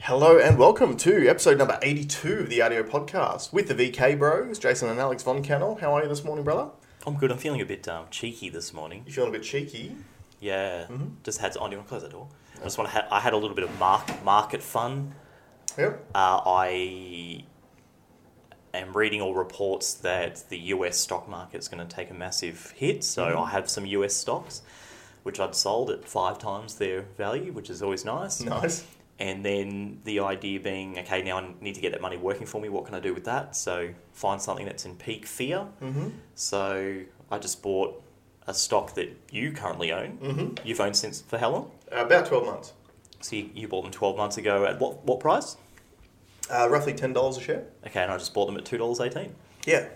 Hello and welcome to episode number 82 of the Audio Podcast with the VK Bros, Jason and Alex Von Cannell. How are you this morning, brother? I'm good. I'm feeling a bit um, cheeky this morning. You feeling a bit cheeky? Yeah, just had to. Oh, do you want to close that door? I just want to. Ha- I had a little bit of mark, market fun. Yep. Uh, I am reading all reports that the U.S. stock market is going to take a massive hit. So I have some U.S. stocks, which I'd sold at five times their value, which is always nice. Nice. And then the idea being, okay, now I need to get that money working for me. What can I do with that? So find something that's in peak fear. Mm-hmm. So I just bought a stock that you currently own. Mhm. You've owned since for how long? Uh, About 12 months. So you, you bought them 12 months ago at what, what price? Uh, roughly $10 a share. Okay, and I just bought them at $2.18. Yeah.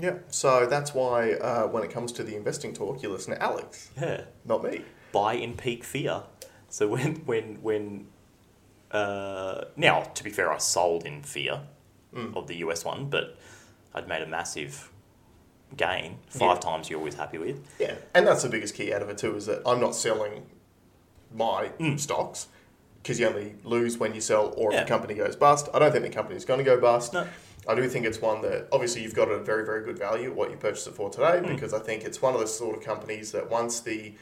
Yeah. So that's why uh, when it comes to the investing talk, you listen to Alex, Yeah. not me. Buy in peak fear. So when, when, when, uh, now to be fair, I sold in fear Mm. of the US one, but I'd made a massive gain. Five Yeah. times you're always happy with. Yeah. And that's the biggest key out of it, too, is that I'm not selling my Mm. stocks because you only lose when you sell or if Yeah. the company goes bust. I don't think the company's going to go bust. No. I do think it's one that obviously you've got a very, very good value what you purchased it for today Mm. because I think it's one of those sort of companies that once the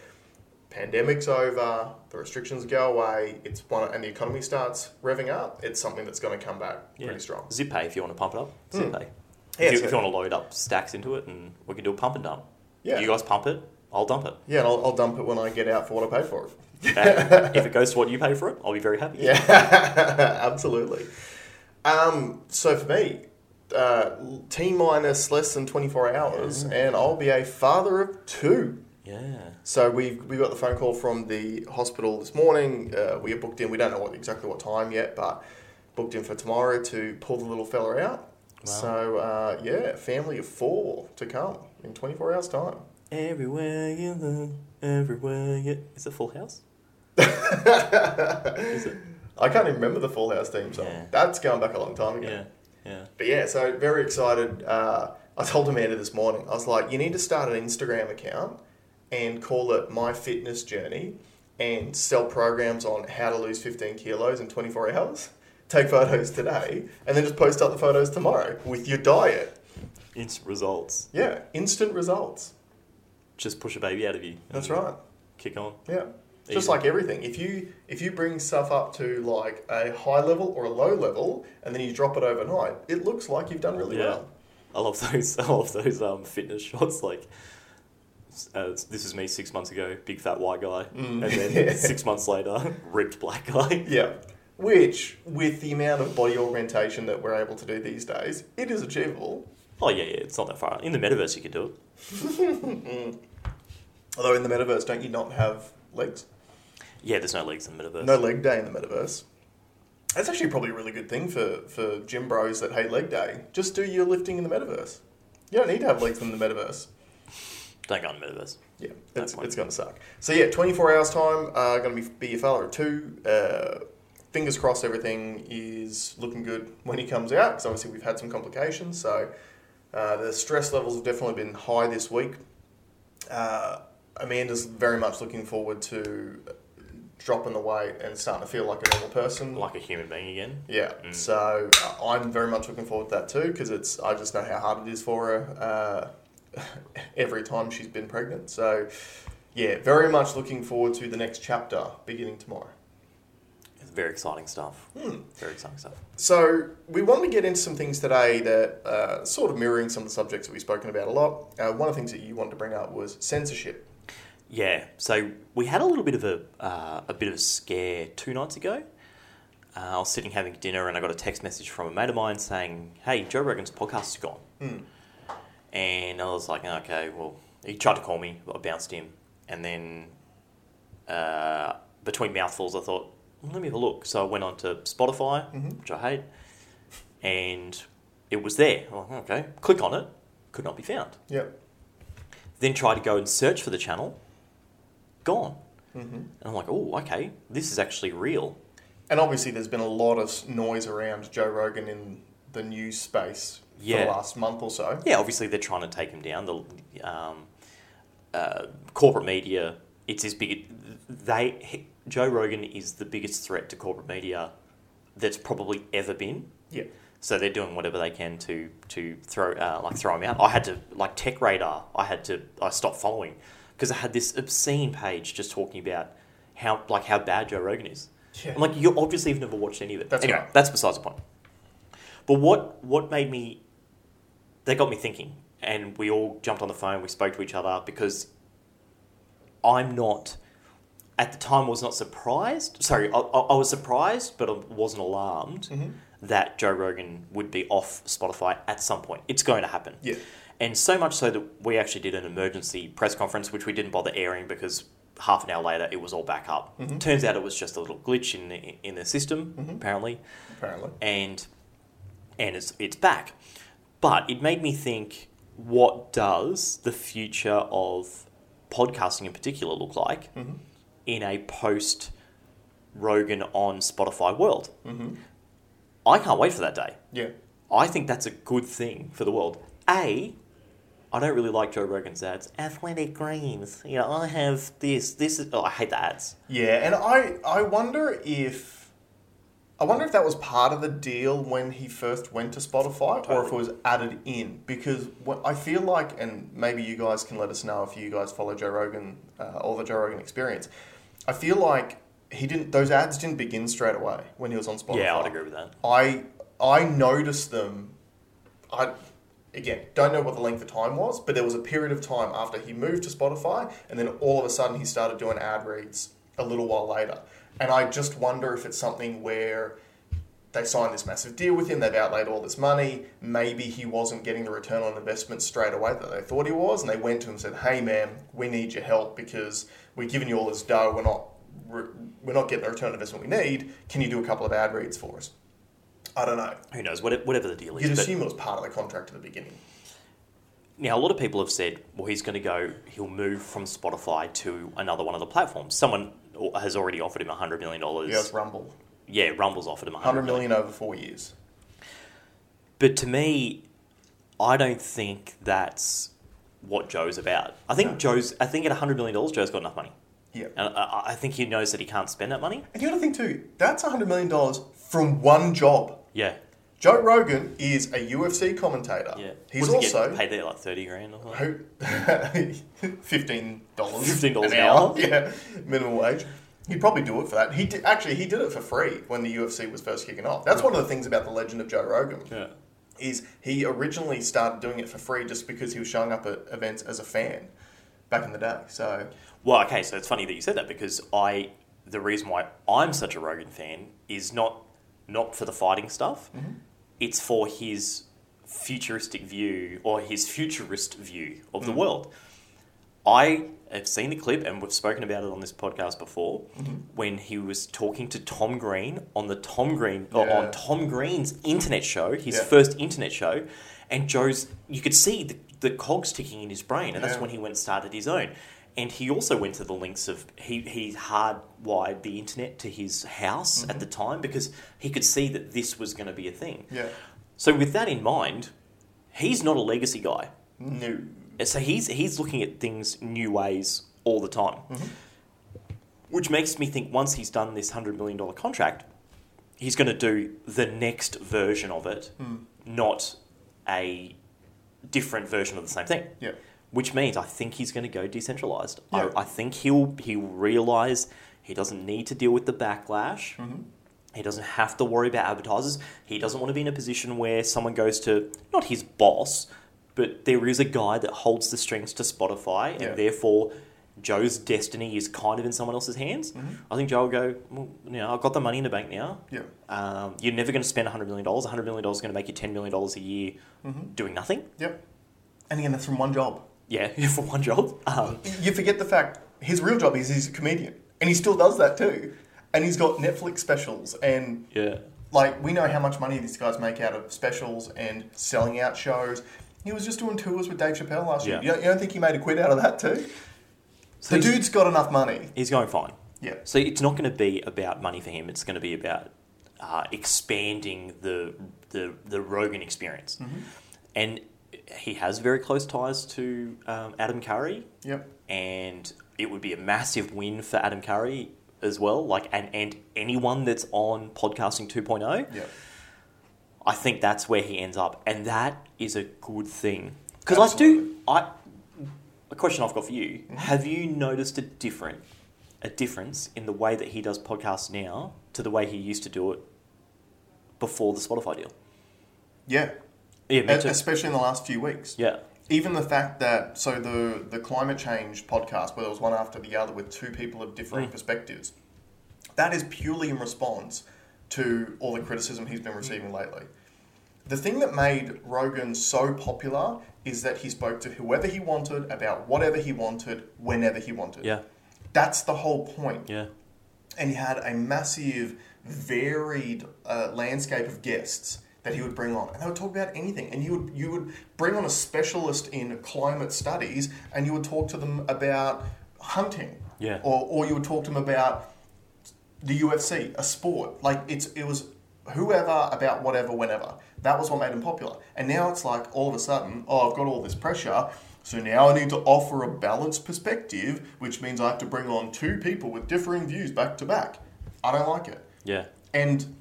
pandemic's over, the restrictions go away, it's one and the economy starts revving up, it's something that's going to come back Yeah. pretty strong. Zip pay if you want to pump it up. Zip Mm. pay. Yeah, if, you, so- if you want to load up stacks into it, and we can do a pump and dump. Yeah. You guys pump it, I'll dump it. yeah, and I'll, I'll dump it when I get out for what I paid for it. And if it goes to what you pay for it, I'll be very happy. Yeah, absolutely. Um, so for me, uh, T minus less than 24 hours, Mm. and I'll be a father of two. Yeah. So we we got the phone call from the hospital this morning. Uh, we are booked in. We don't know what, exactly what time yet, but booked in for tomorrow to pull the little fella out. Wow. So uh, yeah, family of four to come in 24 hours time. Everywhere you look, everywhere you. Is it Full House? Is it? I can't even remember the Full House theme song. Yeah. That's going back a long time ago. Yeah. Yeah. But yeah, so very excited. Uh, I told Amanda this morning, I was like, you need to start an Instagram account and call it My Fitness Journey and sell programs on how to lose 15 kilos in 24 hours. Take photos today and then just post up the photos tomorrow with your diet. Instant results. Yeah, instant results. Just push a baby out of you. and That's right. Kick on. Yeah. Just Easy. like everything, if you if you bring stuff up to like a high level or a low level, and then you drop it overnight, it looks like you've done really Yeah. well. I love those. I love those um, fitness shots. Like, uh, this is me six months ago, big fat white guy, Mm. and then Yeah. six months later, ripped black guy. Yeah. Which, with the amount of body augmentation that we're able to do these days, it is achievable. Oh yeah, yeah. It's not that far. In the metaverse, you could do it. Although in the metaverse, don't you not have legs? Yeah, there's no legs in the metaverse. No leg day in the metaverse. That's actually probably a really good thing for, for gym bros that hate leg day. Just do your lifting in the metaverse. You don't need to have legs in the metaverse. Don't go in the metaverse. Yeah, No it's, point. it's going to suck. So yeah, 24 hours time, uh, going to be, be a fella of two. Uh, fingers crossed everything is looking good when he comes out, because obviously we've had some complications. So uh, the stress levels have definitely been high this week. Uh, Amanda's very much looking forward to dropping the weight and starting to feel like a normal person. Like a human being again. Yeah, Mm. so uh, I'm very much looking forward to that too because it's I just know how hard it is for her uh, every time she's been pregnant. So yeah, very much looking forward to the next chapter beginning tomorrow. It's very exciting stuff. Hmm. Very exciting stuff. So we wanted to get into some things today that uh, sort of mirroring some of the subjects that we've spoken about a lot. Uh, one of the things that you wanted to bring up was censorship. Yeah. So we had a little bit of a uh, a bit of a scare two nights ago. Uh, I was sitting having dinner and I got a text message from a mate of mine saying, "Hey, Joe Rogan's podcast is gone." Hmm. And I was like, "Okay, well." He tried to call me, but I bounced him, and then uh, between mouthfuls, I thought, "Let me have a look." So I went on to Spotify, Mhm. which I hate, and it was there. I'm like, okay, click on it, could not be found. Yep. Then try to go and search for the channel. Gone. hmm And I'm like, oh, okay, this is actually real. And obviously, there's been a lot of s- noise around Joe Rogan in the news space for Yeah. the last month or so. Yeah, obviously they're trying to take him down. The um, uh, corporate media, it's his big. They Joe Rogan is the biggest threat to corporate media that's probably ever been. Yeah. So they're doing whatever they can to to throw uh, like throw them out. I had to like Tech Radar. I had to I stopped following because I had this obscene page just talking about how like how bad Joe Rogan is. Yeah. I'm like, you obviously have never watched any of it. That's anyway, right. that's besides the point. But what what made me that got me thinking, and we all jumped on the phone. We spoke to each other because I'm not at the time I was not surprised. Sorry, I, I I was surprised, but I wasn't alarmed Mm-hmm. that Joe Rogan would be off Spotify at some point. It's going to happen. Yeah. And so much so that we actually did an emergency press conference, which we didn't bother airing because half an hour later it was all back up. Turns out it was just a little glitch in the, in the system, apparently Apparently. and and it's it's back. But it made me think: what does the future of podcasting, in particular, look like in a post Rogan on Spotify world? I can't wait for that day. Yeah. I think that's a good thing for the world. A, I don't really like Joe Rogan's ads. Athletic Greens, you know, I have this. This is oh, I hate the ads. Yeah, and I I wonder if I wonder if that was part of the deal when he first went to Spotify, or if it Totally. was added in. Because what I feel like, and maybe you guys can let us know if you guys follow Joe Rogan uh, or the Joe Rogan Experience. I feel like he didn't; those ads didn't begin straight away when he was on Spotify. Yeah, I'd agree with that. I I noticed them. I again don't know what the length of time was, but there was a period of time after he moved to Spotify, and then all of a sudden he started doing ad reads a little while later. And I just wonder if it's something where they signed this massive deal with him, they've outlaid all this money. Maybe he wasn't getting the return on investment straight away that they thought he was, and they went to him and said, "Hey, man, we need your help because we're giving you all this dough. We're not." We're we're not getting the return on investment we need. Can you do a couple of ad reads for us? I don't know. Who knows? Whatever, whatever the deal is. You'd but- assume it was part of the contract at the beginning. Now, a lot of people have said, well, he's going to go, he'll move from Spotify to another one of the platforms. Someone has already offered him $100 million. Yeah, it's Rumble. Yeah, Rumble's offered him 100 100 million. million over four years. But to me, I don't think that's what Joe's about. I think No. Joe's, I think at $100 million, Joe's got enough money. Yeah. And I- I, I think he knows that he can't spend that money. And the other thing, too, that's $100 million from one job. Yeah. Joe Rogan is a UFC commentator. Yeah. He's What does he also. Get paid there like 30 grand or something. who- $15. $15 an hour. Yeah, minimum wage. He'd probably do it for that. He did, actually he did it for free when the UFC was first kicking off. That's one of the things about the legend of Joe Rogan. Yeah. is he originally started doing it for free just because he was showing up at events as a fan back in the day. So Well, okay, so it's funny that you said that because I the reason why I'm such a Rogan fan is not not for the fighting stuff. Mm-hmm. It's for his futuristic view or his futurist view of Mm-hmm. the world. I have seen the clip and we've spoken about it on this podcast before Mm-hmm. when he was talking to Tom Green on the Tom Green or Yeah. on Tom Green's internet show, his Yeah. first internet show, and Joe's you could see the, the cogs ticking in his brain and that's Yeah. when he went and started his own. And he also went to the links of he he hardwired the internet to his house at the time because he could see that this was going to be a thing. yeah, So with that in mind, he's not a legacy guy. no, So he's he's looking at things new ways all the time, Mm-hmm. which makes me think once he's done this hundred million dollar contract, he's going to do the next version of it, Mm-hmm. not a different version of the same thing. yeah, Which means I think he's going to go decentralized. Yeah. I, I think he'll he'll realize he doesn't need to deal with the backlash. Mm-hmm. He doesn't have to worry about advertisers. He doesn't want to be in a position where someone goes to not his boss, but there is a guy that holds the strings to Spotify, and Yeah. therefore Joe's destiny is kind of in someone else's hands. I think Joe will go, well, you know, I've got the money in the bank now. Mm-hmm. yeah, Um, you're never going to spend $100 million. $100 million is going to make you $10 million a year Mm-hmm. doing nothing. yep. And again, that's from one job. Yeah, for one job. Um, You forget the fact his real job is he's a comedian, and he still does that too. And he's got Netflix specials, and yeah. like we know how much money these guys make out of specials and selling out shows. He was just doing tours with Dave Chappelle last year. Yeah. You don't, you don't think he made a quid out of that too? So the he's- dude's got enough money. He's going fine. Yeah. So it's not going to be about money for him. It's going to be about uh, expanding the, the the Rogan experience, and he has very close ties to um, Adam Curry, Yep. and it would be a massive win for Adam Curry as well, like and and anyone that's on podcasting oh, 2.0, Yeah. I think that's where he ends up, and that is a good thing because I do. I a question I've got for you: Have you noticed a different a difference in the way that he does podcasts now to the way he used to do it before the Spotify deal? Yeah. Yeah, me E- too. Especially in the last few weeks. yeah, Even the fact that so the the climate change podcast where there was one after the other with two people of differing Mm. perspectives, that is purely in response to all the criticism he's been Mm. receiving lately. The thing that made Rogan so popular is that he spoke to whoever he wanted about whatever he wanted whenever he wanted. yeah, That's the whole point. yeah, and he had a massive, varied uh, landscape of guests that he would bring on, and they would talk about anything. And you would you would bring on a specialist in climate studies, and you would talk to them about hunting, Yeah. or or you would talk to them about the UFC, a sport. Like it's it was whoever about whatever whenever. That was what made him popular. And now it's like all of a sudden, oh, I've got all this pressure. So now I need to offer a balanced perspective, which means I have to bring on two people with differing views back to back. I don't like it. yeah. And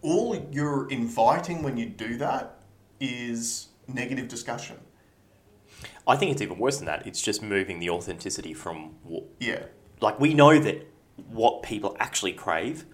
all you're inviting when you do that is negative discussion. I think it's even worse than that. It's just moving the authenticity from what, Yeah. like we know that what people actually crave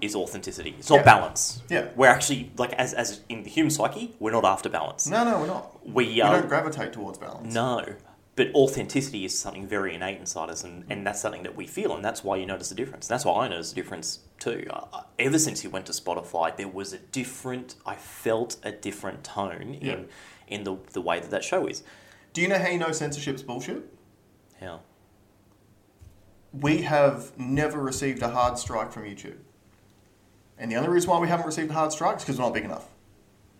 is authenticity. It's not Yeah. balance. Yeah. We're actually like as as in the human psyche, we're not after balance. No, no, we're not. We We are don't gravitate towards balance. no. But authenticity is something very innate inside us, and, and that's something that we feel, and that's why you notice the difference. That's why I noticed the difference too. I, I- ever since you went to Spotify, there was a different. I felt a different tone Yeah. in in the the way that that show is. Do you know how you know censorship's bullshit? How? we have never received a hard strike from YouTube. And the only reason why we haven't received a hard strike is because we're not big enough.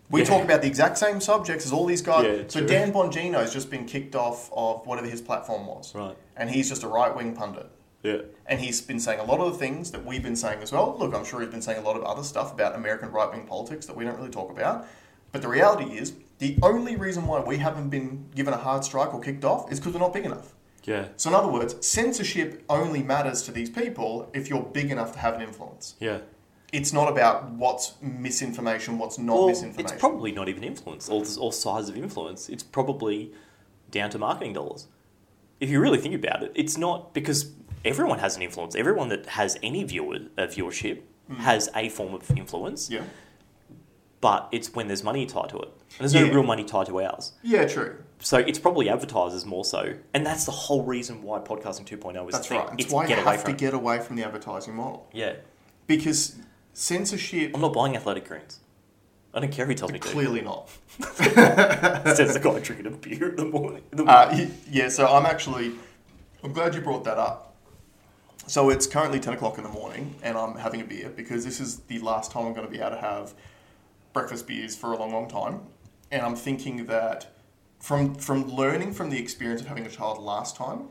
We Yeah. talk about the exact same subjects as all these guys. Yeah, so true. Dan Bongino's just been kicked off of whatever his platform was. Right. And he's just a right wing pundit. Yeah. And he's been saying a lot of the things that we've been saying as well. Look, I'm sure he's been saying a lot of other stuff about American right wing politics that we don't really talk about. But the reality is, the only reason why we haven't been given a hard strike or kicked off is because we're not big enough. Yeah. So, in other words, censorship only matters to these people if you're big enough to have an influence. Yeah. It's not about what's misinformation, what's not Well, misinformation. it's probably not even influence or, or size of influence. It's probably down to marketing dollars. If you really think about it, it's not because everyone has an influence. Everyone that has any viewer uh, viewership has a form of influence, Hmm. yeah. but it's when there's money tied to it. And there's Yeah. no real money tied to ours. Yeah, true. So it's probably advertisers more so. And that's the whole reason why podcasting 2.0 is That's a thing. right. It's, It's why you get away have to from it. get away from the advertising model. Yeah. Because censorship, I'm not buying athletic greens. I don't care who tells me to. clearly not. Says the guy drinking a beer in the morning. In the morning. Uh, y- yeah, so I'm actually, I'm glad you brought that up. So it's currently 10 o'clock in the morning and I'm having a beer because this is the last time I'm going to be able to have breakfast beers for a long, long time. And I'm thinking that from, from learning from the experience of having a child last time,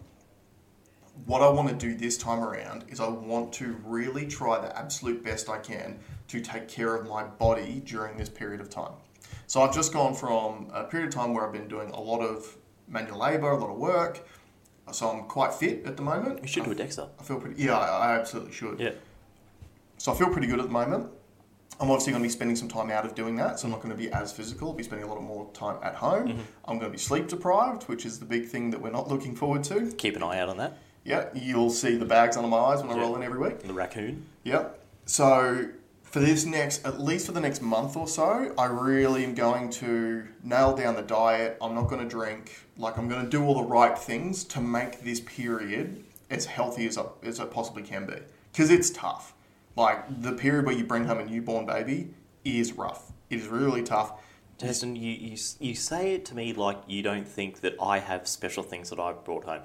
what I want to do this time around is I want to really try the absolute best I can to take care of my body during this period of time. So I've just gone from a period of time where I've been doing a lot of manual labor, a lot of work. So I'm quite fit at the moment. we should I do a Dexter. I feel pretty. Yeah, I, I absolutely should. Yeah. So I feel pretty good at the moment. I'm obviously going to be spending some time out of doing that, so I'm not going to be as physical. I'll be spending a lot more time at home. I'm going to be sleep deprived, which is the big thing that we're not looking forward to. Keep an eye out on that. Yeah, you'll see the bags under my eyes when I Yeah. roll in every week. The raccoon. Yeah. So for this next, at least for the next month or so, I really am going to nail down the diet. I'm not going to drink. Like I'm going to do all the right things to make this period as healthy as I, as I possibly can be. Because it's tough. Like the period where you bring home a newborn baby is rough. It is really tough. Jason, you, you, you say it to me like you don't think that I have special things that I've brought home.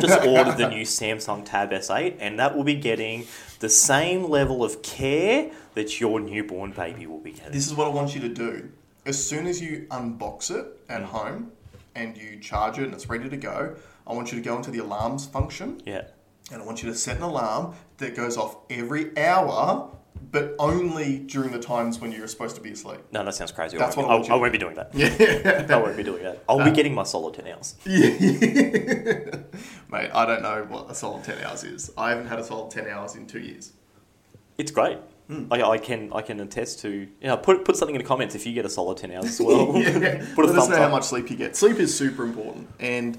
just ordered the new Samsung Tab S8, and that will be getting the same level of care that your newborn baby will be getting. This is what I want you to do. As soon as you unbox it at home and you charge it and it's ready to go, I want you to go into the alarms function Yeah. and I want you to set an alarm that goes off every hour but only during the times when you're supposed to be asleep. No, that sounds crazy. That's I, won't, what I want I, I you- won't be doing that. Yeah. I won't be doing that. I'll be getting my solid 10 hours. Mate, I don't know what a solid 10 hours is. I haven't had a solid 10 hours in two years. It's great. Hmm. I, I can I can attest to. You know, put, put something in the comments if you get a solid 10 hours as well. Yeah. Put a Let us thumbs know how up. much sleep you get. Sleep is super important. And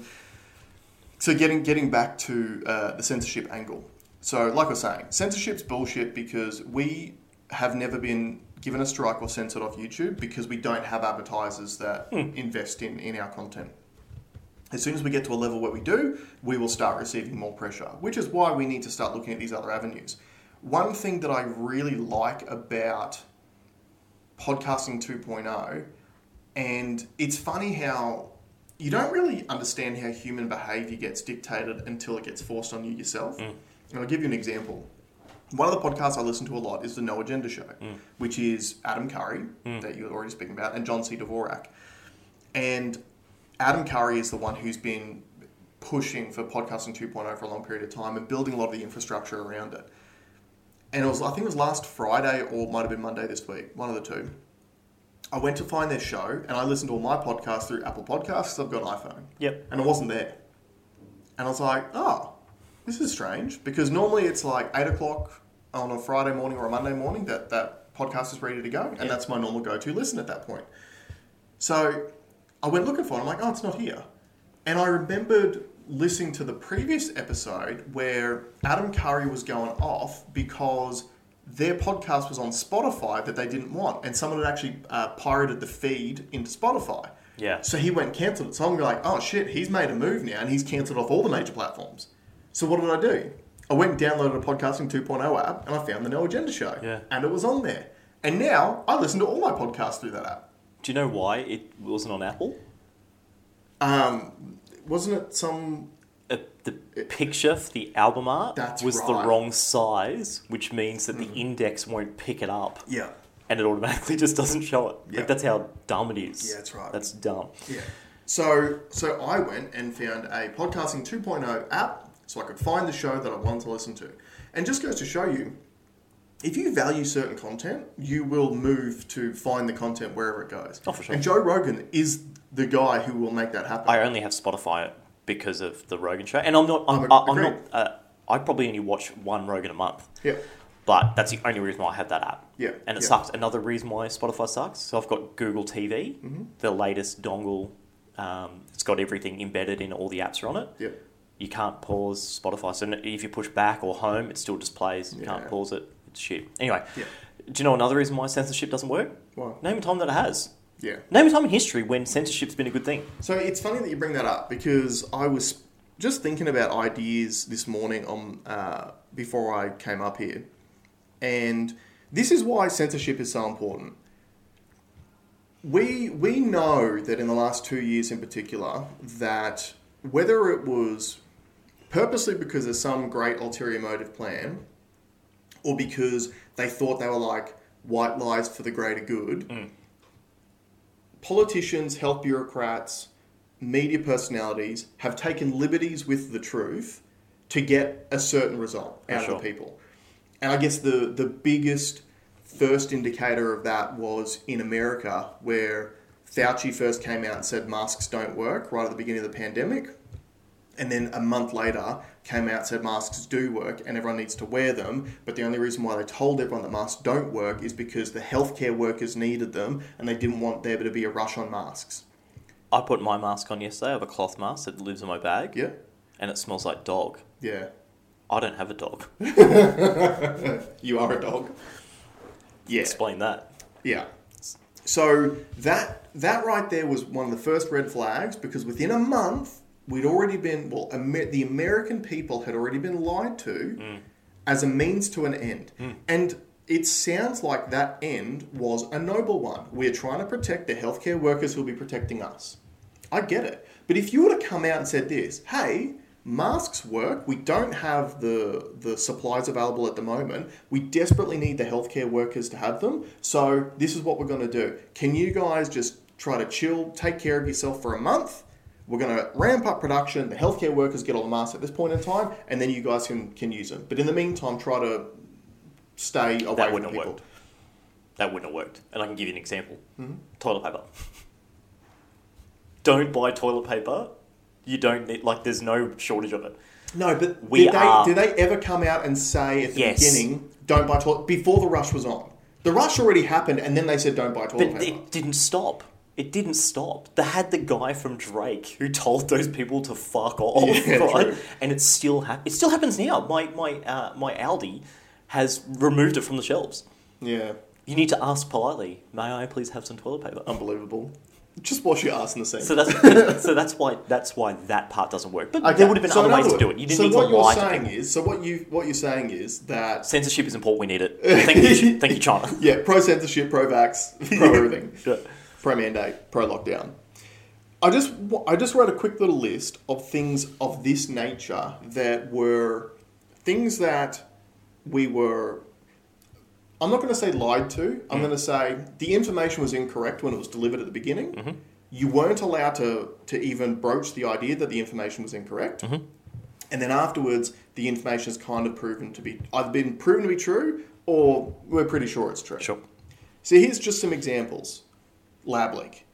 so getting getting back to uh, the censorship angle. So like I was saying, censorship's bullshit because we have never been given a strike or censored off YouTube because we don't have advertisers that Hmm. invest in, in our content. As soon as we get to a level where we do, we will start receiving more pressure, which is why we need to start looking at these other avenues. One thing that I really like about podcasting 2.0 and it's funny how you don't really understand how human behavior gets dictated until it gets forced on you yourself and i'll give you an example one of the podcasts i listen to a lot is the no agenda show which is adam curry that you're already speaking about and john c dvorak and adam curry is the one who's been pushing for podcasting 2.0 for a long period of time and building a lot of the infrastructure around it and it was I think it was last Friday or it might have been Monday this week, one of the two. I went to find their show and I listened to all my podcasts through Apple Podcasts 'cause I've got an iPhone. Yep. And it wasn't there. And I was like, oh, this is strange because normally it's like eight o'clock on a Friday morning or a Monday morning that that podcast is ready to go, and Yep. that's my normal go-to listen at that point. So I went looking for it. I'm like, oh, it's not here. And I remembered listening to the previous episode where Adam Curry was going off because their podcast was on Spotify that they didn't want, and someone had actually uh, pirated the feed into Spotify. Yeah. So he went and cancelled it. So I'm like, oh shit, he's made a move now and he's cancelled off all the major platforms. So what did I do? I went and downloaded a podcasting 2.0 app and I found the No Agenda show. Yeah. And it was on there. And now I listen to all my podcasts through that app. Do you know why it wasn't on Apple? Um, wasn't it some. Uh, the picture for the album art That's was right. Hmm. the wrong size, which means that the index won't pick it up. Yeah. and it automatically just doesn't show it. Yeah. Like that's how dumb it is. Yeah, that's right. That's dumb. Yeah. So so I went and found a podcasting 2.0 app so I could find the show that I wanted to listen to. And just goes to show you if you value certain content, you will move to find the content wherever it goes. Oh, for sure. And Joe Rogan is the guy who will make that happen. I only have Spotify because of the Rogan show, and I'm not. I'm, I'm- I- I'm agreed. not. Uh, I probably only watch one Rogan a month. yeah. But that's the only reason why I have that app. Yeah, And it yeah. sucks. Another reason why Spotify sucks. So I've got Google TV, Mm-hmm. the latest dongle. Um, it's got everything embedded in all the apps are on it. Yeah. You can't pause Spotify. So if you push back or home, it still just plays. You Yeah. can't pause it. It's shit. Anyway, Yeah. do you know another reason why censorship doesn't work? Why? Name a time that it has. Yeah. Name a time in history when censorship's been a good thing. So it's funny that you bring that up because I was just thinking about ideas this morning on uh, before I came up here, and this is why censorship is so important. We we know that in the last two years in particular that whether it was purposely because of some great ulterior motive plan, or because they thought they were like white lies for the greater good politicians, health bureaucrats, media personalities have taken liberties with the truth to get a certain result out sure. of the people. And I guess the, the biggest first indicator of that was in America, where Fauci first came out and said masks don't work right at the beginning of the pandemic and then a month later came out and said masks do work and everyone needs to wear them but the only reason why they told everyone that masks don't work is because the healthcare workers needed them and they didn't want there to be a rush on masks I put my mask on yesterday. I have a cloth mask that lives in my bag, yeah and it smells like dog. yeah I don't have a dog. you are a dog yeah Explain that. yeah so that that right there was one of the first red flags because within a month we'd already been well Amer- the american people had already been lied to as a means to an end. And it sounds like that end was a noble one. We're trying to protect the healthcare workers who'll be protecting us. I get it. But if you were to come out and said this, hey, masks work, we don't have the the supplies available at the moment. We desperately need the healthcare workers to have them. So this is what we're gonna do. Can you guys just try to chill, take care of yourself for a month? We're going to ramp up production. The healthcare workers get all the masks at this point in time, and then you guys can, can use them. But in the meantime, try to stay away that from wouldn't have people. worked. That wouldn't have worked. And I can give you an example. Mm-hmm. Toilet paper. don't buy toilet paper. You don't need like. There's no shortage of it. No, but We did, are- they, did they ever come out and say at the Yes. beginning, don't buy toilet before the rush was on? The rush already happened, and then they said, don't buy toilet But paper. it didn't stop. It didn't stop. They had the guy from Drake who told those people to fuck off, Yeah, right? true. And it still hap- It still happens now. My my uh, my Aldi has removed it from the shelves. yeah, You need to ask politely. May I please have some toilet paper? Um, unbelievable. Just wash your ass in the sink. So that's so that's why that's why that part doesn't work. But Okay, there would have been so in other ways other to do words- it. You didn't so need what to lie you're to saying people. is, so what you what you're saying is that Censorship is important. We need it. Thank you, thank you, China. yeah, pro censorship, pro vax, pro everything. Yeah. pro mandate, pro lockdown. I just wa- I just wrote a quick little list of things of this nature that were things that we were. I'm not going to say lied to. I'm going to say the information was incorrect when it was delivered at the beginning. You weren't allowed to to even broach the idea that the information was incorrect. And then afterwards, the information is kind of proven to be either been proven to be true or we're pretty sure it's true. Sure. So here's just some examples. Lab leak.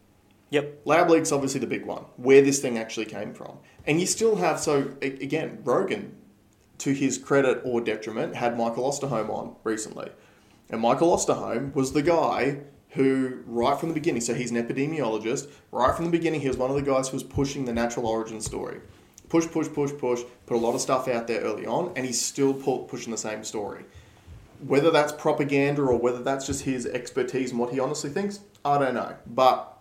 Yep. Lab leak's obviously the big one, where this thing actually came from. And you still have, so a- again, Rogan, to his credit or detriment, had Michael Osterholm on recently. And Michael Osterholm was the guy who, right from the beginning, so he's an epidemiologist, right from the beginning, he was one of the guys who was pushing the natural origin story. Push, push, push, push, put a lot of stuff out there early on, and he's still pu- pushing the same story. Whether that's propaganda or whether that's just his expertise and what he honestly thinks, I don't know. But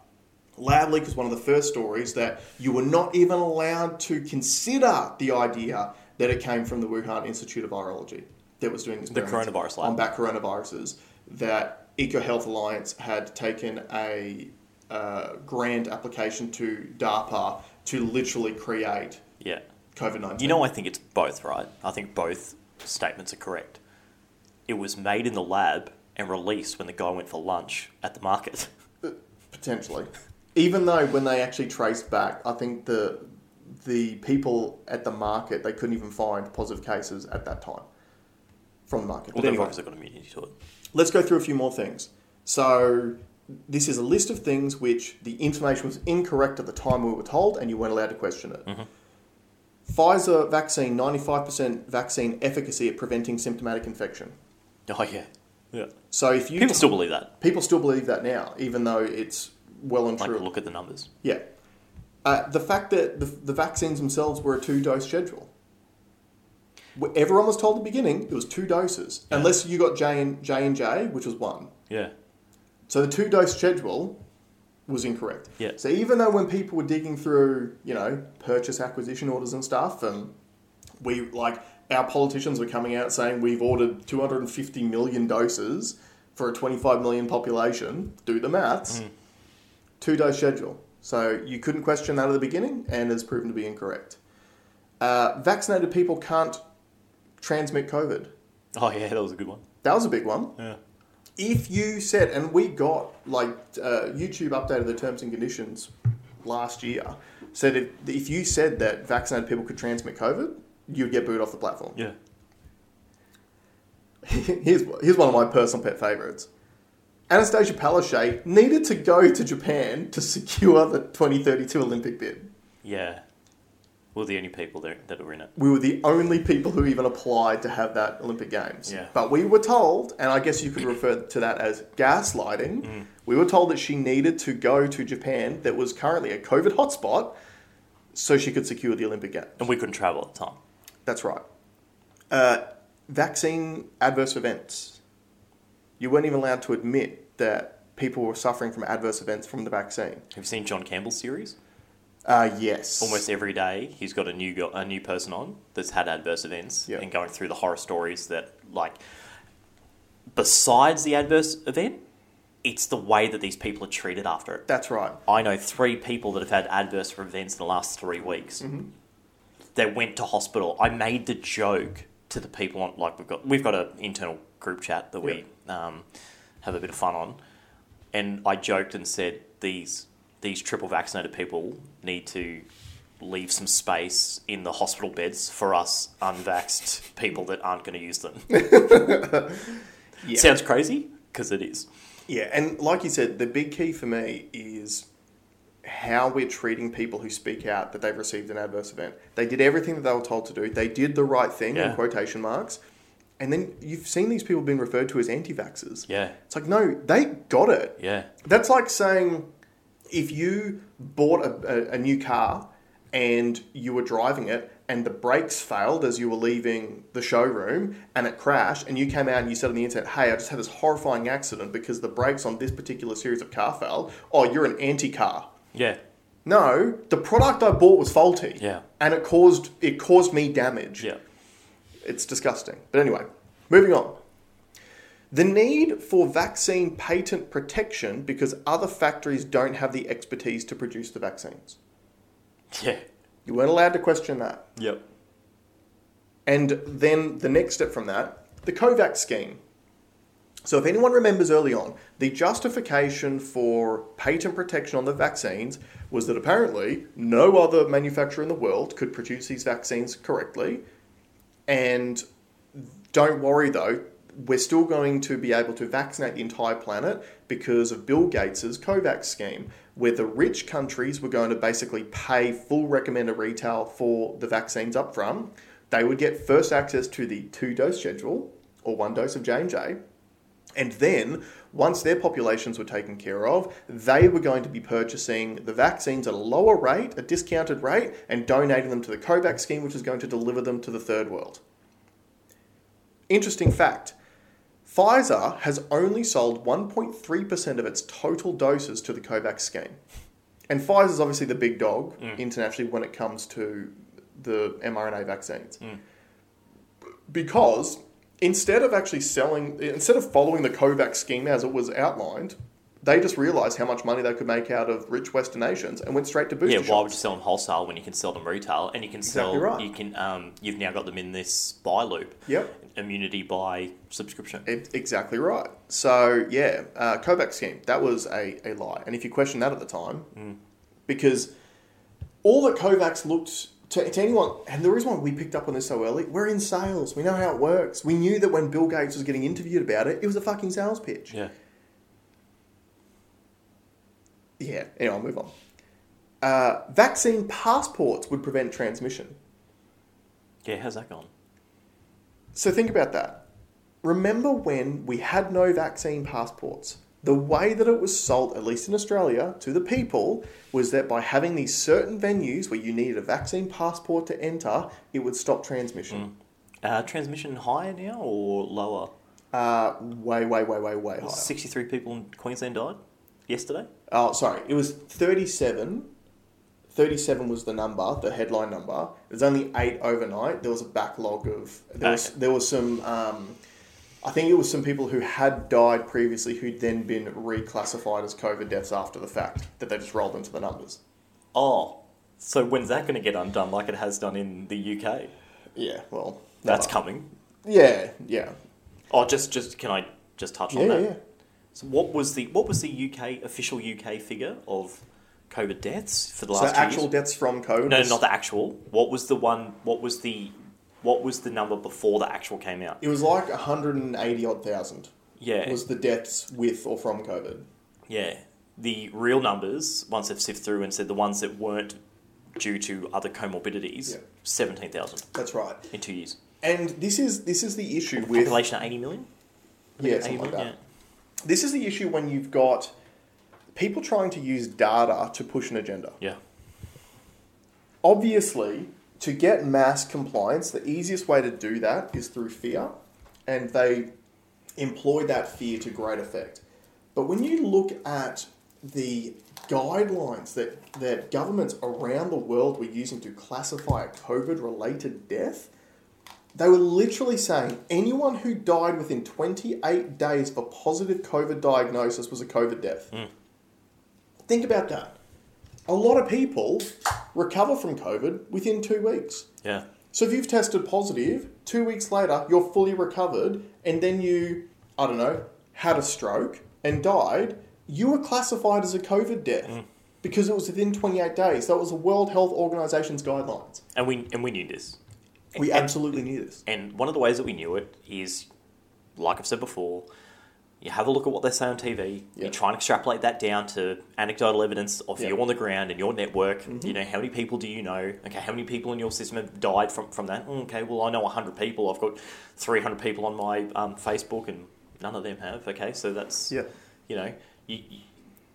Lab Leak was one of the first stories that you were not even allowed to consider the idea that it came from the Wuhan Institute of Virology that was doing experiments coronavirus lab. on back coronaviruses. That EcoHealth Alliance had taken a uh, grant application to DARPA to literally create Yeah. COVID nineteen. You know, I think it's both, right? I think both statements are correct. It was made in the lab and released when the guy went for lunch at the market. potentially. Even though when they actually traced back, I think the the people at the market they couldn't even find positive cases at that time from the market. But Well, they've anyway, obviously got immunity to it. let's go through a few more things. So this is a list of things which the information was incorrect at the time we were told, and you weren't allowed to question it. Mm-hmm. Pfizer vaccine, ninety-five percent vaccine efficacy at preventing symptomatic infection. Oh yeah, yeah. So if you People still believe that. people still believe that now, even though it's well and Like, truly look at the numbers. Yeah. Uh, the fact that the, the vaccines themselves were a two dose schedule. Wh- Everyone was told at the beginning it was two doses, unless you got J and J and J, which was one. Yeah. So the two dose schedule was incorrect. Yeah. So even though when people were digging through, you know, purchase acquisition orders and stuff, and we like our politicians were coming out saying we've ordered 250 million doses for a 25 million population, do the maths, two dose schedule. So you couldn't question that at the beginning, and it's proven to be incorrect. Uh, vaccinated people can't transmit COVID. Oh yeah, that was a good one. That was a big one Yeah. if you said, and we got like uh, YouTube updated the terms and conditions last year, said if, if you said that vaccinated people could transmit COVID, you'd get booed off the platform. Yeah. here's here's one of my personal pet favorites. Anastasia Palaszczuk needed to go to Japan to secure the 2032 Olympic bid. Yeah. We're the only people there that were in it. We were the only people who even applied to have that Olympic Games. Yeah. But we were told, and I guess you could refer to that as gaslighting, Mm. we were told that she needed to go to Japan, that was currently a COVID hotspot, so she could secure the Olympic Games. And we couldn't travel at the time. That's right. Uh, vaccine adverse events. You weren't even allowed to admit that people were suffering from adverse events from the vaccine. Have you seen John Campbell's series? Uh, yes. Almost every day, he's got a new go- a new person on that's had adverse events Yeah. and going through the horror stories that like. Besides the adverse event, it's the way that these people are treated after it. That's right. I know three people that have had adverse events in the last three weeks. They went to hospital. I made the joke to the people on like we've got we've got an internal group chat that we um, have a bit of fun on, and I joked and said these these triple vaccinated people need to leave some space in the hospital beds for us unvaxxed people that aren't going to use them. Yeah. Sounds crazy because it is. Yeah, and like you said, the big key for me is how we're treating people who speak out that they've received an adverse event. They did everything that they were told to do. They did the right thing in Yeah. quotation marks. And then you've seen these people being referred to as anti-vaxxers. Yeah, It's like, no, they got it. yeah, That's like saying if you bought a, a, a new car and you were driving it and the brakes failed as you were leaving the showroom and it crashed and you came out and you said on the internet, hey, I just had this horrifying accident because the brakes on this particular series of car failed. Oh, you're an anti-car. yeah, No, the product I bought was faulty. Yeah. And it caused it caused me damage. yeah. It's disgusting. But anyway, moving on. The need for vaccine patent protection because other factories don't have the expertise to produce the vaccines. Yeah. You weren't allowed to question that. Yep. And then the next step from that, the COVAX scheme. So, if anyone remembers early on, the justification for patent protection on the vaccines was that apparently no other manufacturer in the world could produce these vaccines correctly. And don't worry though, we're still going to be able to vaccinate the entire planet because of Bill Gates' COVAX scheme, where the rich countries were going to basically pay full recommended retail for the vaccines up front. They would get first access to the two dose schedule or one dose of J&J. And then, once their populations were taken care of, they were going to be purchasing the vaccines at a lower rate, a discounted rate, and donating them to the COVAX scheme, which is going to deliver them to the third world. Interesting fact Pfizer has only sold 1.3% of its total doses to the COVAX scheme. And Pfizer's obviously the big dog Mm. internationally when it comes to the mRNA vaccines. Mm. Because instead of actually selling, instead of following the COVAX scheme as it was outlined, they just realized how much money they could make out of rich Western nations and went straight to booster Yeah, why shots. would you sell them wholesale when you can sell them retail and you can Exactly sell right. you can um, you've now got them in this buy loop. Yep. Immunity by subscription. E- Exactly right. So yeah, uh, Kovac scheme that was a, a lie, and if you question that at the time, because all that Kovacs looked to, to anyone, and the reason why we picked up on this so early, we're in sales, we know how it works. We knew that when Bill Gates was getting interviewed about it, it was a fucking sales pitch. Yeah. Yeah, anyway, I'll move on. Uh, vaccine passports would prevent transmission. Yeah, how's that gone? So think about that. Remember when we had no vaccine passports? The way that it was sold, at least in Australia, to the people was that by having these certain venues where you needed a vaccine passport to enter, it would stop transmission. Uh, transmission higher now or lower? Uh, way, way, way, way, way higher. Sixty three people in Queensland died yesterday? Oh, sorry. It was 37. 37 was the number, the headline number. There's only eight overnight. There was a backlog of. There was, Okay. there was some. Um, I think it was some people who had died previously who'd then been reclassified as COVID deaths after the fact, that they just rolled into the numbers. Oh. So when's that gonna get undone like it has done in the UK? Yeah, well. That's never. coming. Yeah, yeah. Oh just just can I just touch Yeah, on yeah, that? yeah. So what was the what was the UK official UK figure of COVID deaths for the So last two actual years? deaths from COVID. No, was- not the actual. What was the one? What was the what was the number before the actual came out? It was like 180 odd thousand Yeah, was the deaths with or from COVID. yeah. The real numbers, once they've sifted through and said the ones that weren't due to other comorbidities, Yeah. seventeen thousand That's right. in two years. And this is this is the issue with Population of eighty million. Yeah, 80 something like million, that. This is the issue when you've got people trying to use data to push an agenda. Yeah, Obviously, to get mass compliance, the easiest way to do that is through fear, and they employ that fear to great effect. But when you look at the guidelines that, that governments around the world were using to classify a COVID related death, they were literally saying anyone who died within 28 days of a positive COVID diagnosis was a COVID death. Think about that. A lot of people recover from COVID within two weeks. yeah, So if you've tested positive, two weeks later, you're fully recovered, and then you, I Mm. don't know, had a stroke and died, you were classified as a COVID death. because it was within 28 days. That was the World Health Organization's guidelines. And we and we knew this. We And- absolutely knew this. And one of the ways that we knew it is, like I've said before, you have a look at what they say on TV. Yeah. You try and extrapolate that down to anecdotal evidence of Yeah. Mm-hmm. you on the ground and your network. You know, how many people do you know? Okay, how many people in your system have died from, from that? Mm, Okay, well, I know 100 people. I've got 300 people on my um, Facebook and none of them have. Okay, so that's, Yeah. you know, you, you-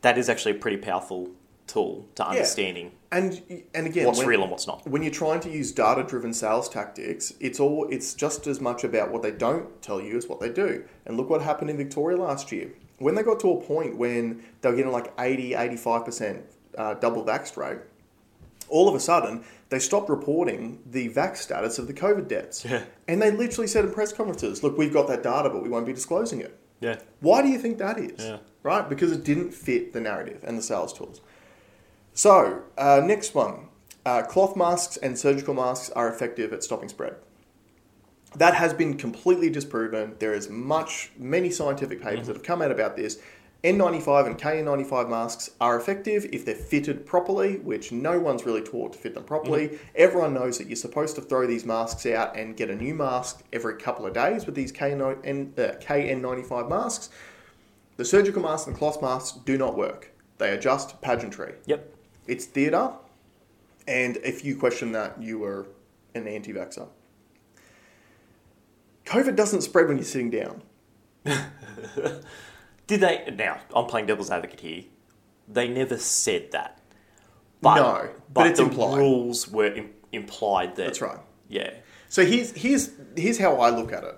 that is actually a pretty powerful tool to understanding And and again, what's when- real and what's not. when you're trying to use data-driven sales tactics, it's all it's just as much about what they don't tell you as what they do. And look what happened in Victoria last year. When they got to a point when they were getting like 80, 85% uh, double vax rate, all of a sudden they stopped reporting the vax status of the COVID deaths. Yeah. And they literally said in press conferences, look, we've got that data, but we won't be disclosing it. Yeah. Why do you think that is? Yeah. Right? Because it didn't fit the narrative and the sales tools. So, uh, next one uh, cloth masks and surgical masks are effective at stopping spread. That has been completely disproven. There is much, many scientific papers that have come out about this. N95 and KN95 masks are effective if they're fitted properly, which no one's really taught to fit them properly. Everyone knows that you're supposed to throw these masks out and get a new mask every couple of days with these KN, uh, KN95 masks. The surgical masks and cloth masks do not work. They are just pageantry. Yep. It's theatre, and if you question that, you are an anti vaxxer. COVID doesn't spread when you're sitting down. Did they? Now, I'm playing devil's advocate here. They never said that. But, No, but it's the implied. rules were Im- implied that. That's right. Yeah. So here's, here's, here's how I look at it.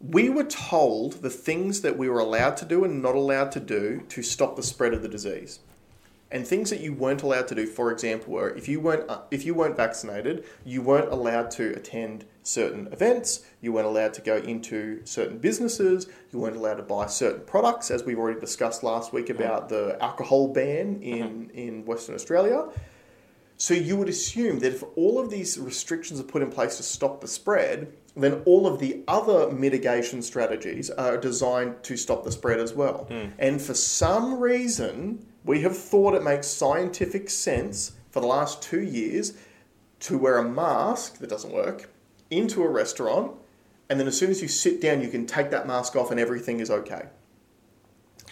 We were told the things that we were allowed to do and not allowed to do to stop the spread of the disease. And things that you weren't allowed to do, for example, were if you weren't uh, if you weren't vaccinated, you weren't allowed to attend certain events, you weren't allowed to go into certain businesses, you weren't allowed to buy certain products, as we've already discussed last week about the alcohol ban in in Western Australia. So you would assume that if all of these restrictions are put in place to stop the spread, then all of the other mitigation strategies are designed to stop the spread as well. Hmm. And for some reason, we have thought it makes scientific sense for the last two years to wear a mask that doesn't work into a restaurant, and then as soon as you sit down, you can take that mask off and everything is okay.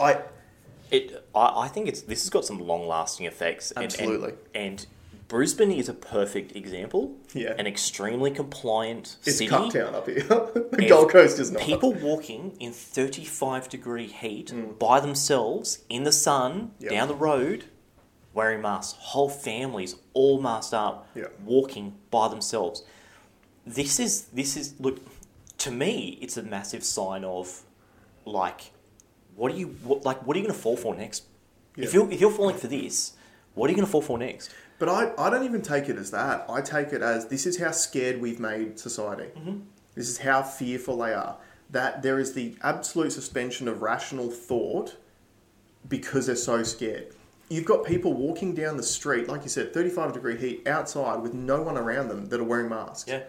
I It. I, I think it's. This has got some long-lasting effects. and- and- Absolutely. And, Brisbane is a perfect example. Yeah. An extremely compliant it's city. Cuck Town up here. the If Gold Coast is not. People walking in 35 degree heat Hmm. by themselves in the sun Yep. down the road wearing masks. Whole families all masked up Yeah. walking by themselves. This is this is look to me it's a massive sign of like what are you what, like what are you going to fall for next? If Yeah. you are if you're falling for this, what are you going to fall for next? But I, I don't even take it as that. I take it as this is how scared we've made society. This is how fearful they are. That there is the absolute suspension of rational thought because they're so scared. You've got people walking down the street, like you said, 35 degree heat outside with no one around them that are wearing masks. Yeah.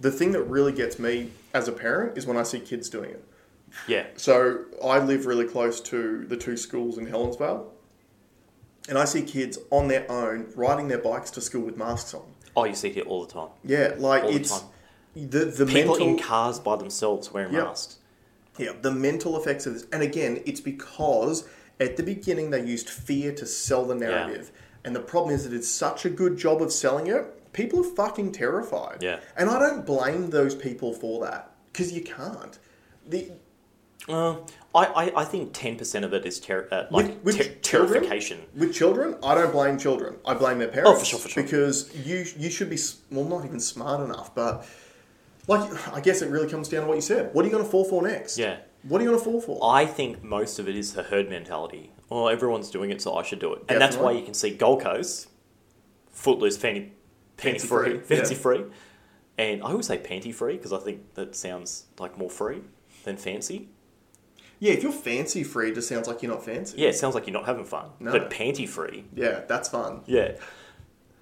The thing that really gets me as a parent is when I see kids doing it. Yeah. So I live really close to the two schools in Helensvale, and I see kids on their own riding their bikes to school with masks on. Oh, you see it here all the time. Yeah, like All the it's time. the the People mental in cars by themselves wearing Yeah. masks. yeah the mental effects of this. And again, it's because at the beginning they used fear to sell the narrative, and the problem is it did such a good job of selling it. People are fucking terrified. Yeah. and I don't blame those people for that because you can't. The Uh, I, I, I think ten percent of it is ter- uh, like with ter- children? terrification. Oh, With children, I don't blame children. I blame their parents. for sure, for sure. Because you you should be s- well, not even smart enough, but like I guess it really comes down to what you said. What are you going to fall for next? Yeah. What are you going to fall for? I think most of it is the herd mentality. Oh, everyone's doing it, so I should do it, and that's why Definitely. you can see Gold Coast, Footloose, fanny, penny Fancy free, free, fancy yeah. free, and I always say panty free because I think that sounds like more free than fancy. yeah, if you're fancy free, it just sounds like you're not fancy. Yeah, it sounds like you're not having fun, No. but panty free, Yeah, that's fun. yeah,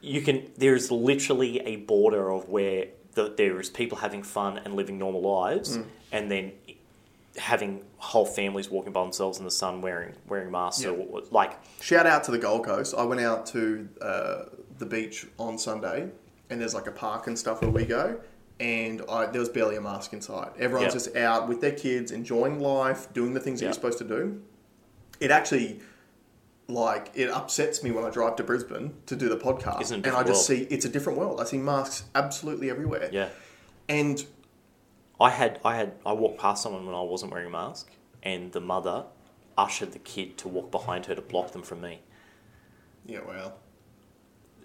you can. There is literally a Mm. border of where the, there is people having fun and living normal lives, and then having whole families walking by themselves in the sun wearing wearing masks. Yeah. Or, like, Shout out to the Gold Coast. I went out to uh, the beach on Sunday, and there's like a park and stuff where we go, and I, there was barely a mask inside. Everyone's Yeah. just out with their kids, enjoying life, doing the things that Yeah. you're supposed to do. It actually, like, it upsets me when I drive to Brisbane to do the podcast, Isn't it a and I different just world? see it's a different world. I see masks absolutely everywhere. yeah. And I had I had I walked past someone when I wasn't wearing a mask, and the mother ushered the kid to walk behind her to block them from me. yeah, well,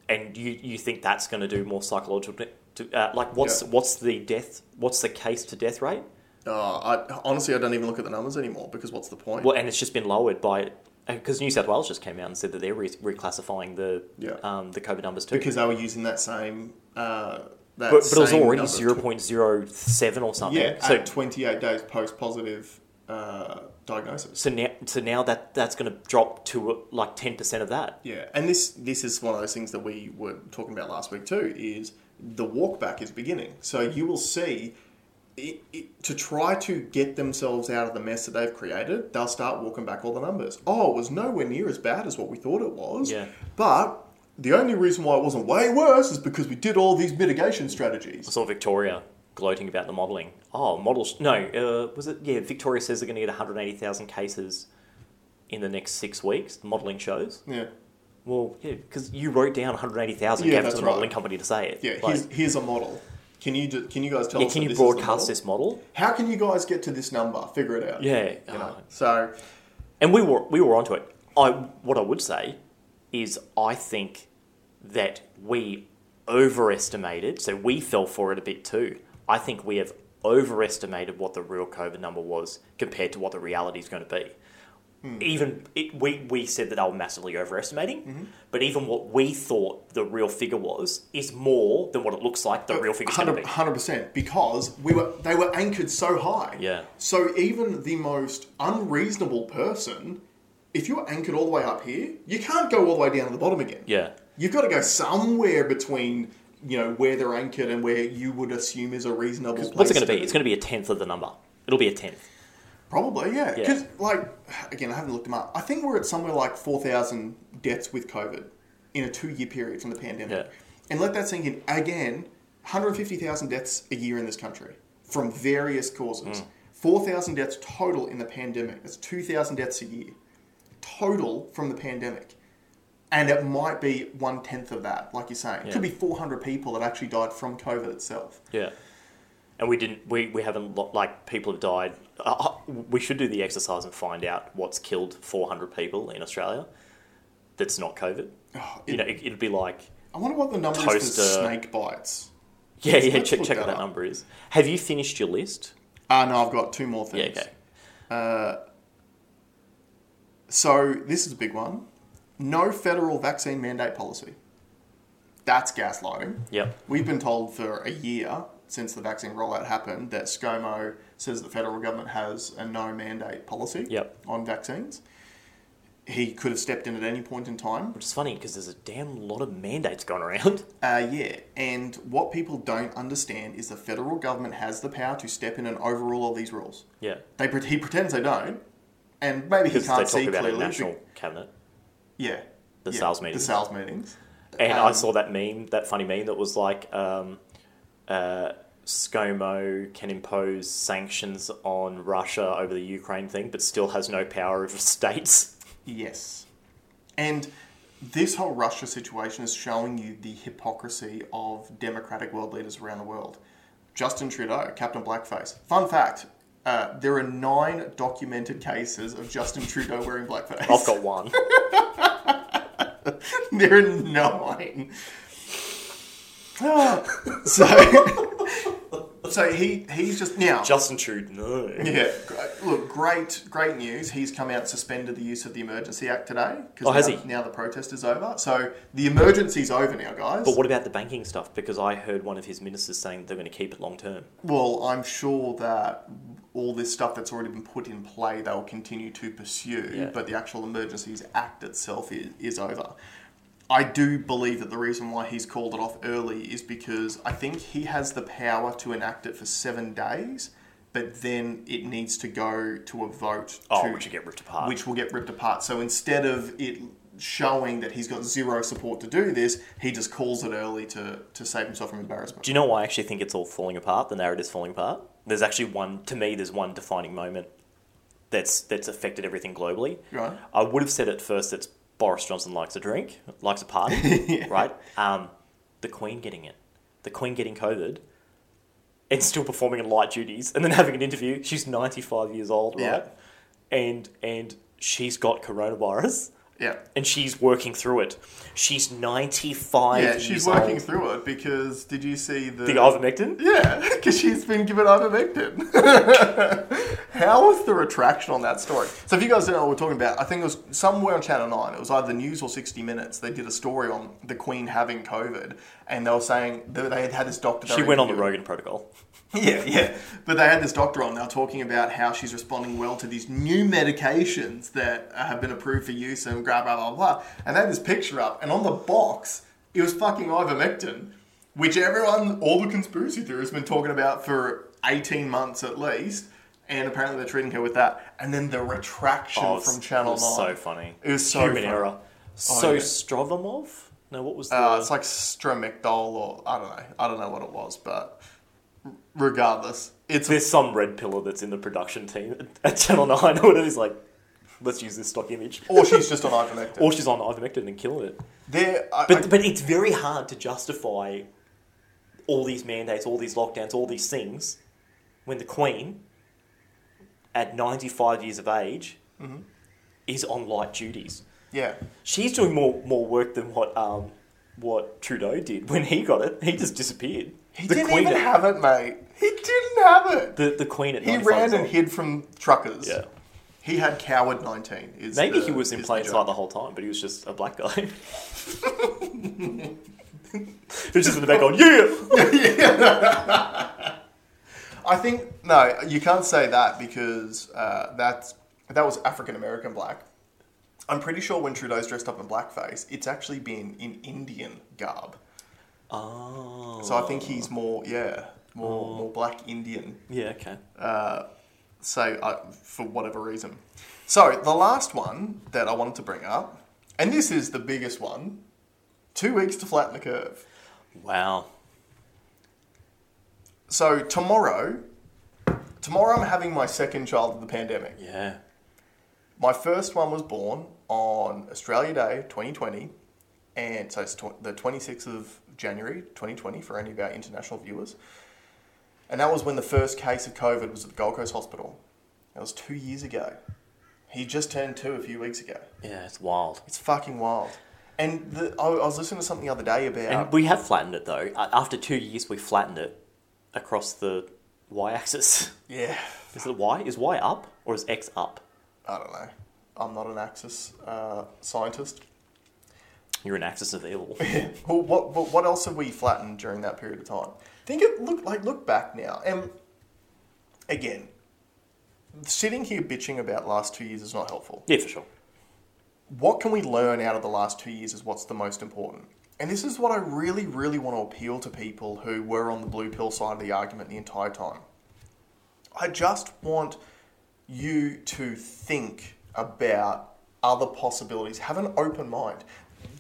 And you you think that's going to do more psychological? To, uh, like, what's Yeah. what's the death? What's the case to death rate? uh, I, honestly, I don't even look at the numbers anymore because what's the point? Well, and it's just been lowered by because New South Wales just came out and said that they're re- reclassifying the Yeah. um, the COVID numbers too. because they were using that same. Uh, that but, but it was same already number, zero point zero seven or something. Yeah, so at 28 days post positive uh, diagnosis. so now so now that that's going to drop to uh, like ten percent of that. Yeah, and this this is one of those things that we were talking about last week too. Is the walk back is beginning, so you will see. It, it, to try to get themselves out of the mess that they've created, they'll start walking back all the numbers. Oh, it was nowhere near as bad as what we thought it was. Yeah. But the only reason why it wasn't way worse is because we did all these mitigation strategies. I saw Victoria gloating about the modelling. Oh, models. No, uh, was it? Yeah, Victoria says they're going to get one hundred eighty thousand cases in the next six weeks. Modelling shows. Yeah. Well, yeah, because you wrote down one hundred eighty thousand. Yeah, gave it to that's the right. modelling company to say it. Yeah, Like, here's, here's a model. Can you do, can you guys tell yeah. us? Can that you this is the broadcast model? this model? How can you guys get to this number? Figure it out. Yeah. You know? Oh. So, and we were we were onto it. I what I would say is I think that we overestimated, so we fell for it a bit too. I think we have overestimated what the real COVID number was compared to what the reality is going to be. Even it, we we said that they were massively overestimating, but even what we thought the real figure was is more than what it looks like the real figure's going to be. 100 percent because we were they were anchored so high. Yeah. So even the most unreasonable person, if you're anchored all the way up here, you can't go all the way down to the bottom again. Yeah, You've got to go somewhere between you know where they're anchored and where you would assume is a reasonable place. what's it going to to be? It's going to be a tenth of the number. It'll be a tenth. Probably, yeah. Yeah. Because, like, again, I haven't looked them up. I think we're at somewhere like 4,000 deaths with COVID in a two year period from the pandemic. Yeah. And let that sink in. Again, 150,000 deaths a year in this country from various Mm. causes. 4,000 deaths total in the pandemic. That's 2,000 deaths a year total from the pandemic. And it might be one tenth of that, like you're saying. It could be Yeah. 400 people that actually died from COVID itself. Yeah. And we didn't. We, we haven't lo- like people have died. Uh, uh, we should do the exercise and find out what's killed 400 people in Australia. That's not COVID. Oh, you it- know, it, it'd be like I wonder what the number is for Toaster. snake bites. yeah, yeah. let's Check, look check that what that up. number is. Have you finished your list? Ah, no, I've got two more Yeah. things. Okay. So this is a big one. No federal vaccine mandate policy. That's gaslighting. Yep. We've been told for a year since the vaccine rollout happened that ScoMo says the federal government has a no mandate policy Yep. on vaccines. He could have stepped in at any point in time. Which is funny because there's a damn lot of mandates going around. Uh, yeah, and what people don't understand is the federal government has the power to step in and overrule all these rules. Yeah. They pre- he pretends they don't, and maybe Because he they can't talk see about it in clearly. national cabinet. Yeah. The Yeah, sales The meetings. sales meetings. And I Um, saw that meme, that funny meme that was like, um, uh, ScoMo can impose sanctions on Russia over the Ukraine thing, but still has no power over states. Yes. And this whole Russia situation is showing you the hypocrisy of democratic world leaders around the world. Justin Trudeau, Captain Blackface. Fun fact uh, there are nine documented cases of Justin Trudeau wearing blackface. I've got one. There are nine. Ah, so, so he, he's just now. Justin Trudeau. Yeah, gr- look, great, great news. He's come out and suspended the use of the Emergency Act today because Oh, now, has he? now the protest is over. So the emergency's over now, guys. But what about the banking stuff? Because I heard one of his ministers saying they're going to keep it long term. well, I'm sure that all this stuff that's already been put in play, they'll continue to pursue. Yeah. But the actual Emergencies Act itself is, is over. I do believe that the reason why he's called it off early is because I think he has the power to enact it for seven days but then it needs to go to a vote Oh, to, which you get ripped apart. which will get ripped apart. So instead of it showing that he's got zero support to do this, he just calls it early to, to save himself from embarrassment. Do you know why I actually think it's all falling apart? The narrative's falling apart. There's actually one to me. There's one defining moment that's that's affected everything globally. Right. I would have said at first it's Boris Johnson likes a drink, likes a party, right? Um, the Queen getting it, the Queen getting COVID, and still performing in light duties, and then having an interview. She's 95 years old, right? Yeah. And and she's got coronavirus. Yeah. And she's working through it. She's 95 Yeah, she's years working old. through it because did you see the. The ivermectin? yeah, because she's been given ivermectin. How was the retraction on that story? So, if you guys don't know what we're talking about, I think it was somewhere on Channel 9, it was either the news or 60 Minutes, they did a story on the Queen having COVID, and they were saying that they had had this doctor. they She were went on the interviewing. Rogan protocol. Yeah, yeah. But they had this doctor on now talking about how she's responding well to these new medications that uh, have been approved for use and blah, blah, blah, blah. And they had this picture up, and on the box, it was fucking ivermectin, which everyone, all the conspiracy theorists, have been talking about for 18 months at least. And apparently they're treating her with that. And then the retraction Oh, it's- from Channel it was 9. So funny. It was so human funny. Oh, error. So yeah. Strovimov? No, what was the? Uh, it's like stromectol or I don't know. I don't know what it was, but r- regardless, it's There's some red pillar that's in the production team at Channel Nine or whatever. He's like, let's use this stock image, or she's just on ivermectin. or she's on ivermectin and killing it. There, I, But I- but it's very hard to justify all these mandates, all these lockdowns, all these things when the Queen, at 95 years of age, Mm-hmm. is on light duties. yeah, She's doing more more work than what um what Trudeau did when he got it. He just disappeared. he didn't queen even at, have it, mate. He didn't have it. the the queen at He 95 ran as and well. hid from truckers. Yeah. he had coward nineteen. Is Maybe the- he was in is the plain joke. sight the whole time, but he was just a black guy. he was just in the back on yeah. I think no, you can't say that because uh, that's that was African American black. I'm pretty sure when Trudeau's dressed up in blackface, it's actually been in Indian garb. Oh. So I think he's more yeah, more more black Indian Yeah. Okay. say uh, for whatever reason. So the last one that I wanted to bring up, and this is the biggest one: two weeks to flatten the curve. Wow. So tomorrow, tomorrow I'm having my second child of the pandemic. Yeah. My first one was born on Australia Day 2020, and so it's tw- the 26th of January 2020 for any of our international viewers. And that was when the first case of COVID was at the Gold Coast Hospital. That was two years ago. He just turned two a few weeks ago. Yeah. It's wild. It's fucking wild. And the, I, I was listening to something the other day about. And we have flattened it though. A- After two years, we flattened it across the y-axis. yeah, Is it y? Is y up or is x up? I don't know. I'm not an Axis uh, scientist. You're an axis of evil. Well, what, what what else have we flattened during that period of time? Think it look like look back now, and again, sitting here bitching about last two years is not helpful. yeah, for sure. What can we learn out of the last two years is what's the most important. And this is what I really, really want to appeal to people who were on the blue pill side of the argument the entire time. I just want you to think about other possibilities. Have an open mind.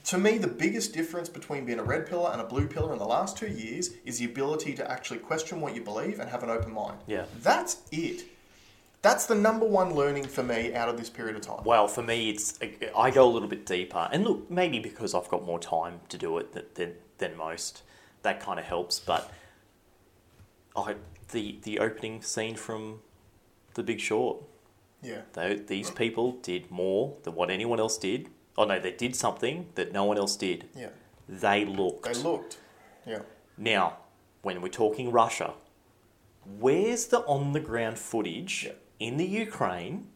To me, the biggest difference between being a red pillar and a blue pillar in the last two years is the ability to actually question what you believe and have an open mind. Yeah. That's it. That's the number one learning for me out of this period of time. Well, for me, it's I go a little bit deeper, and look, maybe because I've got more time to do it than than, than most, that kind of helps. But I the the opening scene from The Big Short, Yeah. though, these people did more than what anyone else did. Oh no, they did something that no one else did. Yeah. They looked. They looked. Yeah. Now, when we're talking Russia, where's the on the ground footage Yeah. in the Ukraine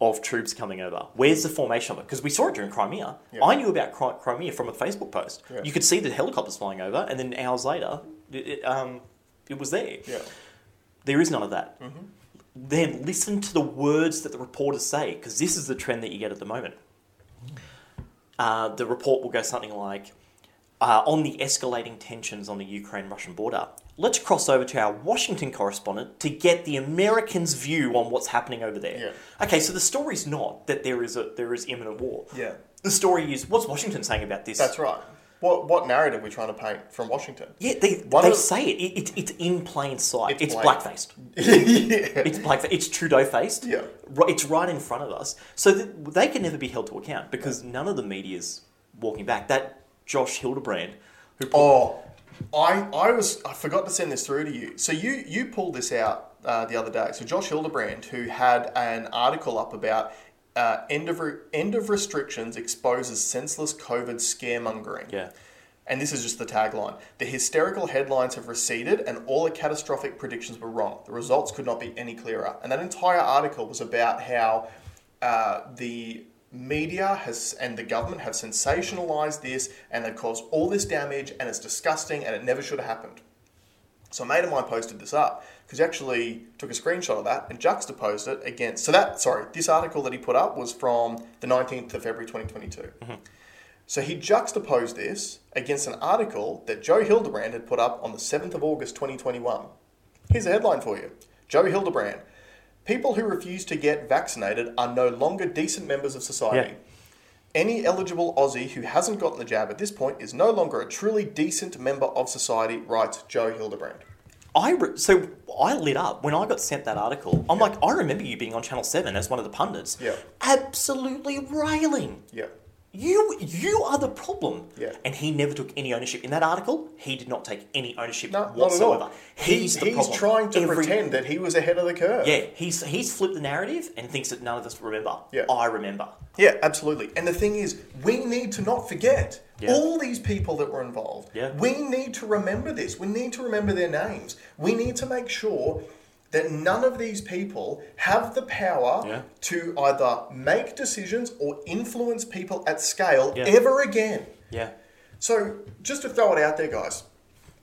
of troops coming over? Where's the formation of it? Because we saw it during Crimea. Yeah. I knew about Cri- Crimea from a Facebook post. Yeah. You could see the helicopters flying over, and then hours later, it, it, um, it was there. Yeah. There is none of that. Mm-hmm. Then listen to the words that the reporters say, because this is the trend that you get at the moment. Uh, the report will go something like uh, On the escalating tensions on the Ukraine Russian border, let's cross over to our Washington correspondent to get the Americans' view on what's happening over there. Okay, so the story's not that there is a there is imminent war. Yeah. The story is what's Washington saying about this? That's right. What what narrative are we trying to paint from Washington? Yeah, they, One they of the- say it. it, it. It's in plain sight. It's It's, plain. blackfaced. yeah. It's blackface. It's Trudeau faced. Yeah. It's right in front of us. So th- they can never be held to account because none of the media's walking back. That Josh Hildebrand, who put, Oh, I I was I forgot to send this through to you. So you you pulled this out uh, the other day. So Josh Hildebrand, who had an article up about uh, end of re- end of restrictions exposes senseless COVID scaremongering. Yeah. And this is just the tagline. The hysterical headlines have receded, and all the catastrophic predictions were wrong. The results could not be any clearer. And that entire article was about how uh, the media has and the government have sensationalized this, and they've caused all this damage, and it's disgusting, and it never should have happened. So a mate of mine posted this up because he actually took a screenshot of that and juxtaposed it against. So that sorry, this article that he put up was from the nineteenth of February, twenty So he juxtaposed this against an article that Joe Hildebrand had put up on the seventh of August, twenty twenty one. Here's a headline for you: Joe Hildebrand. People who refuse to get vaccinated are no longer decent members of society. Yeah. Any eligible Aussie who hasn't gotten the jab at this point is no longer a truly decent member of society, writes Joe Hildebrand. I re- so I lit up when I got sent that article. I'm like, I remember you being on Channel Seven as one of the pundits. Yeah. Absolutely railing. Yeah. You you are the problem. Yeah. And he never took any ownership in that article. He did not take any ownership No, whatsoever. not at all. He's the he's problem. trying to Every- pretend that he was ahead of the curve. Yeah, he's he's flipped the narrative and thinks that none of us remember. Yeah. I remember. Yeah, absolutely. And the thing is, we need to not forget Yeah. all these people that were involved. Yeah. We need to remember this. We need to remember their names. We need to make sure that none of these people have the power Yeah. to either make decisions or influence people at scale Yeah. ever again. Yeah. So, just to throw it out there, guys,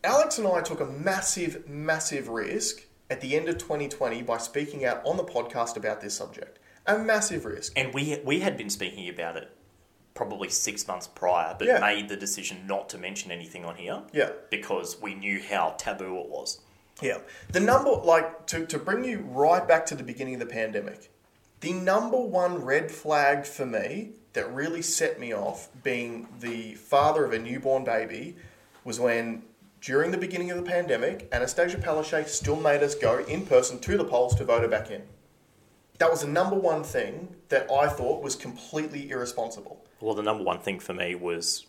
Alex and I took a massive, massive risk at the end of 2020 by speaking out on the podcast about this subject. A massive risk. And we we had been speaking about it probably six months prior, but Yeah. made the decision not to mention anything on here. Yeah. Because we knew how taboo it was. Yeah. The number, like, to, to bring you right back to the beginning of the pandemic, the number one red flag for me that really set me off being the father of a newborn baby was when, during the beginning of the pandemic, Anastasia Palaszczuk still made us go in person to the polls to vote her back in. That was the number one thing that I thought was completely irresponsible. Well, the number one thing for me was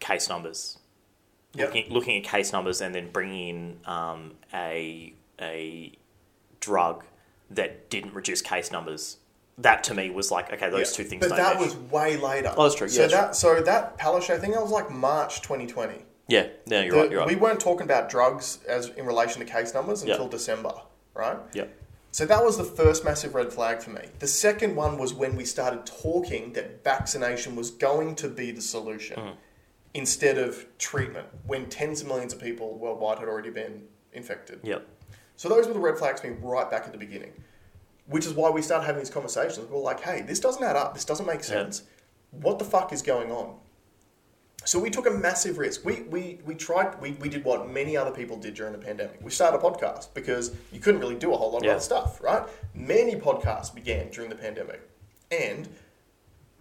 case numbers. Yeah. Looking, looking at case numbers and then bringing in um, a a drug that didn't reduce case numbers. That to me was like, okay, those Yeah. two things. But don't that mesh. was way later. Oh, that's true. Yeah, So that's that so that Palaszczuk thing that was like March 2020. yeah. No, you're The- right. You're right. We weren't talking about drugs as in relation to case numbers Yeah. until December, right? yeah. So that was the first massive red flag for me. The second one was when we started talking that vaccination was going to be the solution Mm-hmm. instead of treatment, when tens of millions of people worldwide had already been infected. Yep. So those were the red flags for me right back at the beginning, which is why we started having these conversations. We are like, hey, this doesn't add up. This doesn't make sense. What the fuck is going on? So we took a massive risk. We, we, we tried, we, we did what many other people did during the pandemic. We started a podcast because you couldn't really do a whole lot of Yeah. other stuff, right? Many podcasts began during the pandemic. And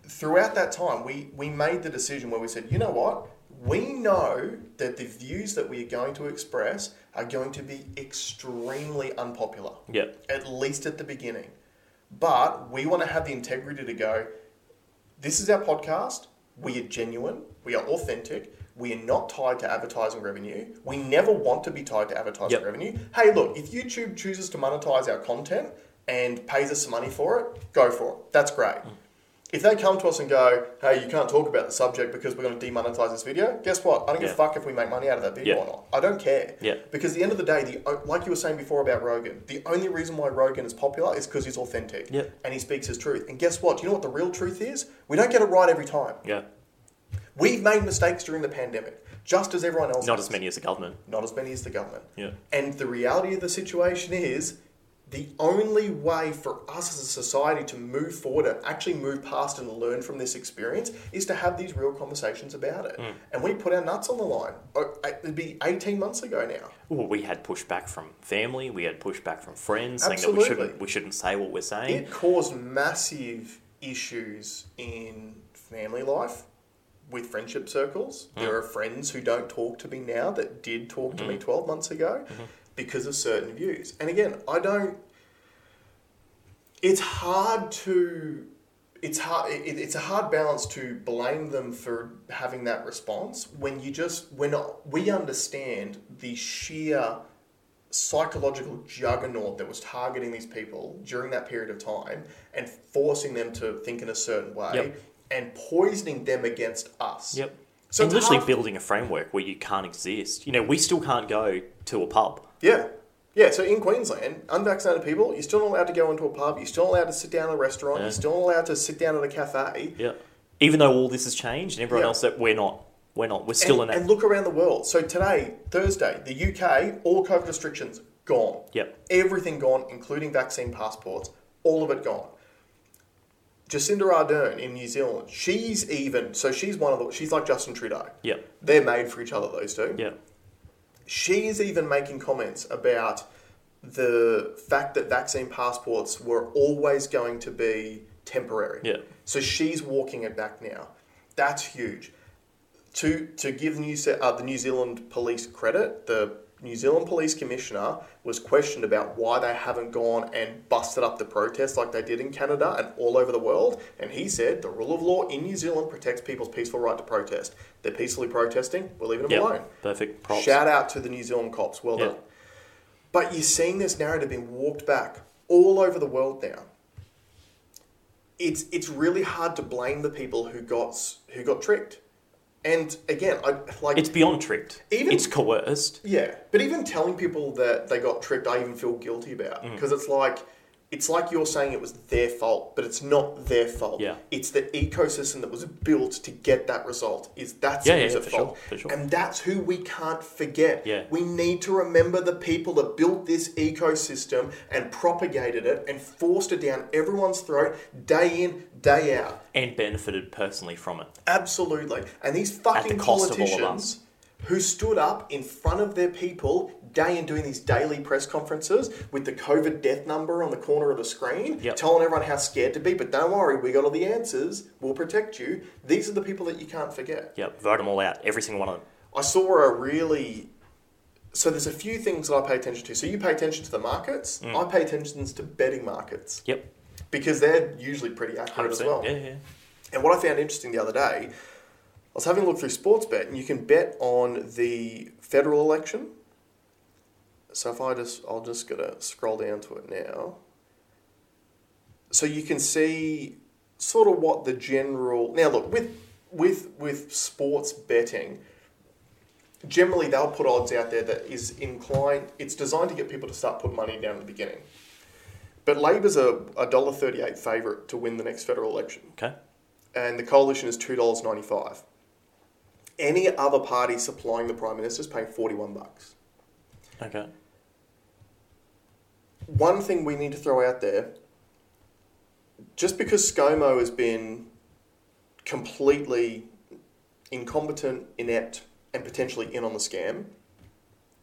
throughout that time, we, we made the decision where we said, you know what? We know that the views that we are going to express are going to be extremely unpopular, Yep. at least at the beginning. But we want to have the integrity to go, this is our podcast. We are genuine. We are authentic. We are not tied to advertising revenue. We never want to be tied to advertising Yep. revenue. Hey, look, if YouTube chooses to monetize our content and pays us some money for it, go for it. That's great. Mm. If they come to us and go, hey, you can't talk about the subject because we're going to demonetize this video, guess what? I don't give a Yeah. fuck if we make money out of that video Yeah. or not. I don't care. Yeah. Because at the end of the day, the like you were saying before about Rogan, the only reason why Rogan is popular is because he's authentic Yep. and he speaks his truth. And guess what? Do you know what the real truth is? We don't get it right every time. Yeah. We've made mistakes during the pandemic, just as everyone else. Not has. as many as the government. Not as many as the government. Yeah. And the reality of the situation is, the only way for us as a society to move forward and actually move past and learn from this experience is to have these real conversations about it. Mm. And we put our nuts on the line. Oh, It'd be 18 months ago now. Well, we had pushback from family, we had pushback from friends Absolutely. saying that we shouldn't we shouldn't say what we're saying. It caused massive issues in family life with friendship circles. There are friends who don't talk to me now that did talk to me 12 months ago because of certain views. And again, I don't. It's hard to. It's hard. It, it's a hard balance to blame them for having that response when you just when we understand the sheer psychological juggernaut that was targeting these people during that period of time and forcing them to think in a certain way Yep. and poisoning them against us. Yep. So So it's literally hard- building a framework where you can't exist. You know, we still can't go to a pub. Yeah. Yeah, so in Queensland, unvaccinated people, you're still not allowed to go into a pub, you're still not allowed to sit down at a restaurant, Yeah. you're still not allowed to sit down at a cafe. Yeah. Even though all this has changed and everyone Yeah. else that we're not we're not. We're still and, in that and look around the world. So today, Thursday, the UK, all COVID restrictions gone. Yep. Everything gone, including vaccine passports, all of it gone. Jacinda Ardern in New Zealand, she's even so she's one of the she's like Justin Trudeau. Yep. They're made for each other, those two. Yeah. She's even making comments about the fact that vaccine passports were always going to be temporary. Yeah. So she's walking it back now. That's huge. To to give New Ze- uh, the New Zealand police credit, the New Zealand police commissioner was questioned about why they haven't gone and busted up the protests like they did in Canada and all over the world, and he said the rule of law in New Zealand protects people's peaceful right to protest. They're peacefully protesting. We're leaving them alone. Yeah. Perfect props. Shout out to the New Zealand cops. Well Yeah. done. But you're seeing this narrative being walked back all over the world now. It's it's really hard to blame the people who got s- who got tricked. And again, I like It's beyond tricked. Even- it's coerced. yeah, but even telling people that they got tricked, I even feel guilty about Mm. because it's like it's like you're saying it was their fault, but it's not their fault. Yeah. it's the ecosystem that was built to get that result. Is that's Yeah, yeah, who's at for sure, fault, for sure. and that's who we can't forget. Yeah. we need to remember the people that built this ecosystem and propagated it and forced it down everyone's throat day in, day out. And benefited personally from it. Absolutely. And these At fucking the cost of all of politicians who stood up in front of their people day and doing these daily press conferences with the COVID death number on the corner of the screen, Yep. telling everyone how scared to be, but don't worry, we got all the answers, we'll protect you. These are the people that you can't forget. Yep. Vote them all out. Every single one of them. I saw a really. So there's a few things that I pay attention to. So you pay attention to the markets, Mm. I pay attention to betting markets Yep. because they're usually pretty accurate as 100%. well. Yeah, yeah. And what I found interesting the other day, I was having a look through Sportsbet, and you can bet on the federal election. So if I just, I'll just gonna scroll down to it now. So you can see sort of what the general now look with with with sports betting. Generally, they'll put odds out there that is inclined. It's designed to get people to start putting money down at the beginning. But Labor's a a dollar thirty eight favourite to win the next federal election Okay. and the coalition is two dollars ninety five. Any other party supplying the prime minister is paying forty one bucks. Okay. One thing we need to throw out there: just because ScoMo has been completely incompetent, inept, and potentially in on the scam,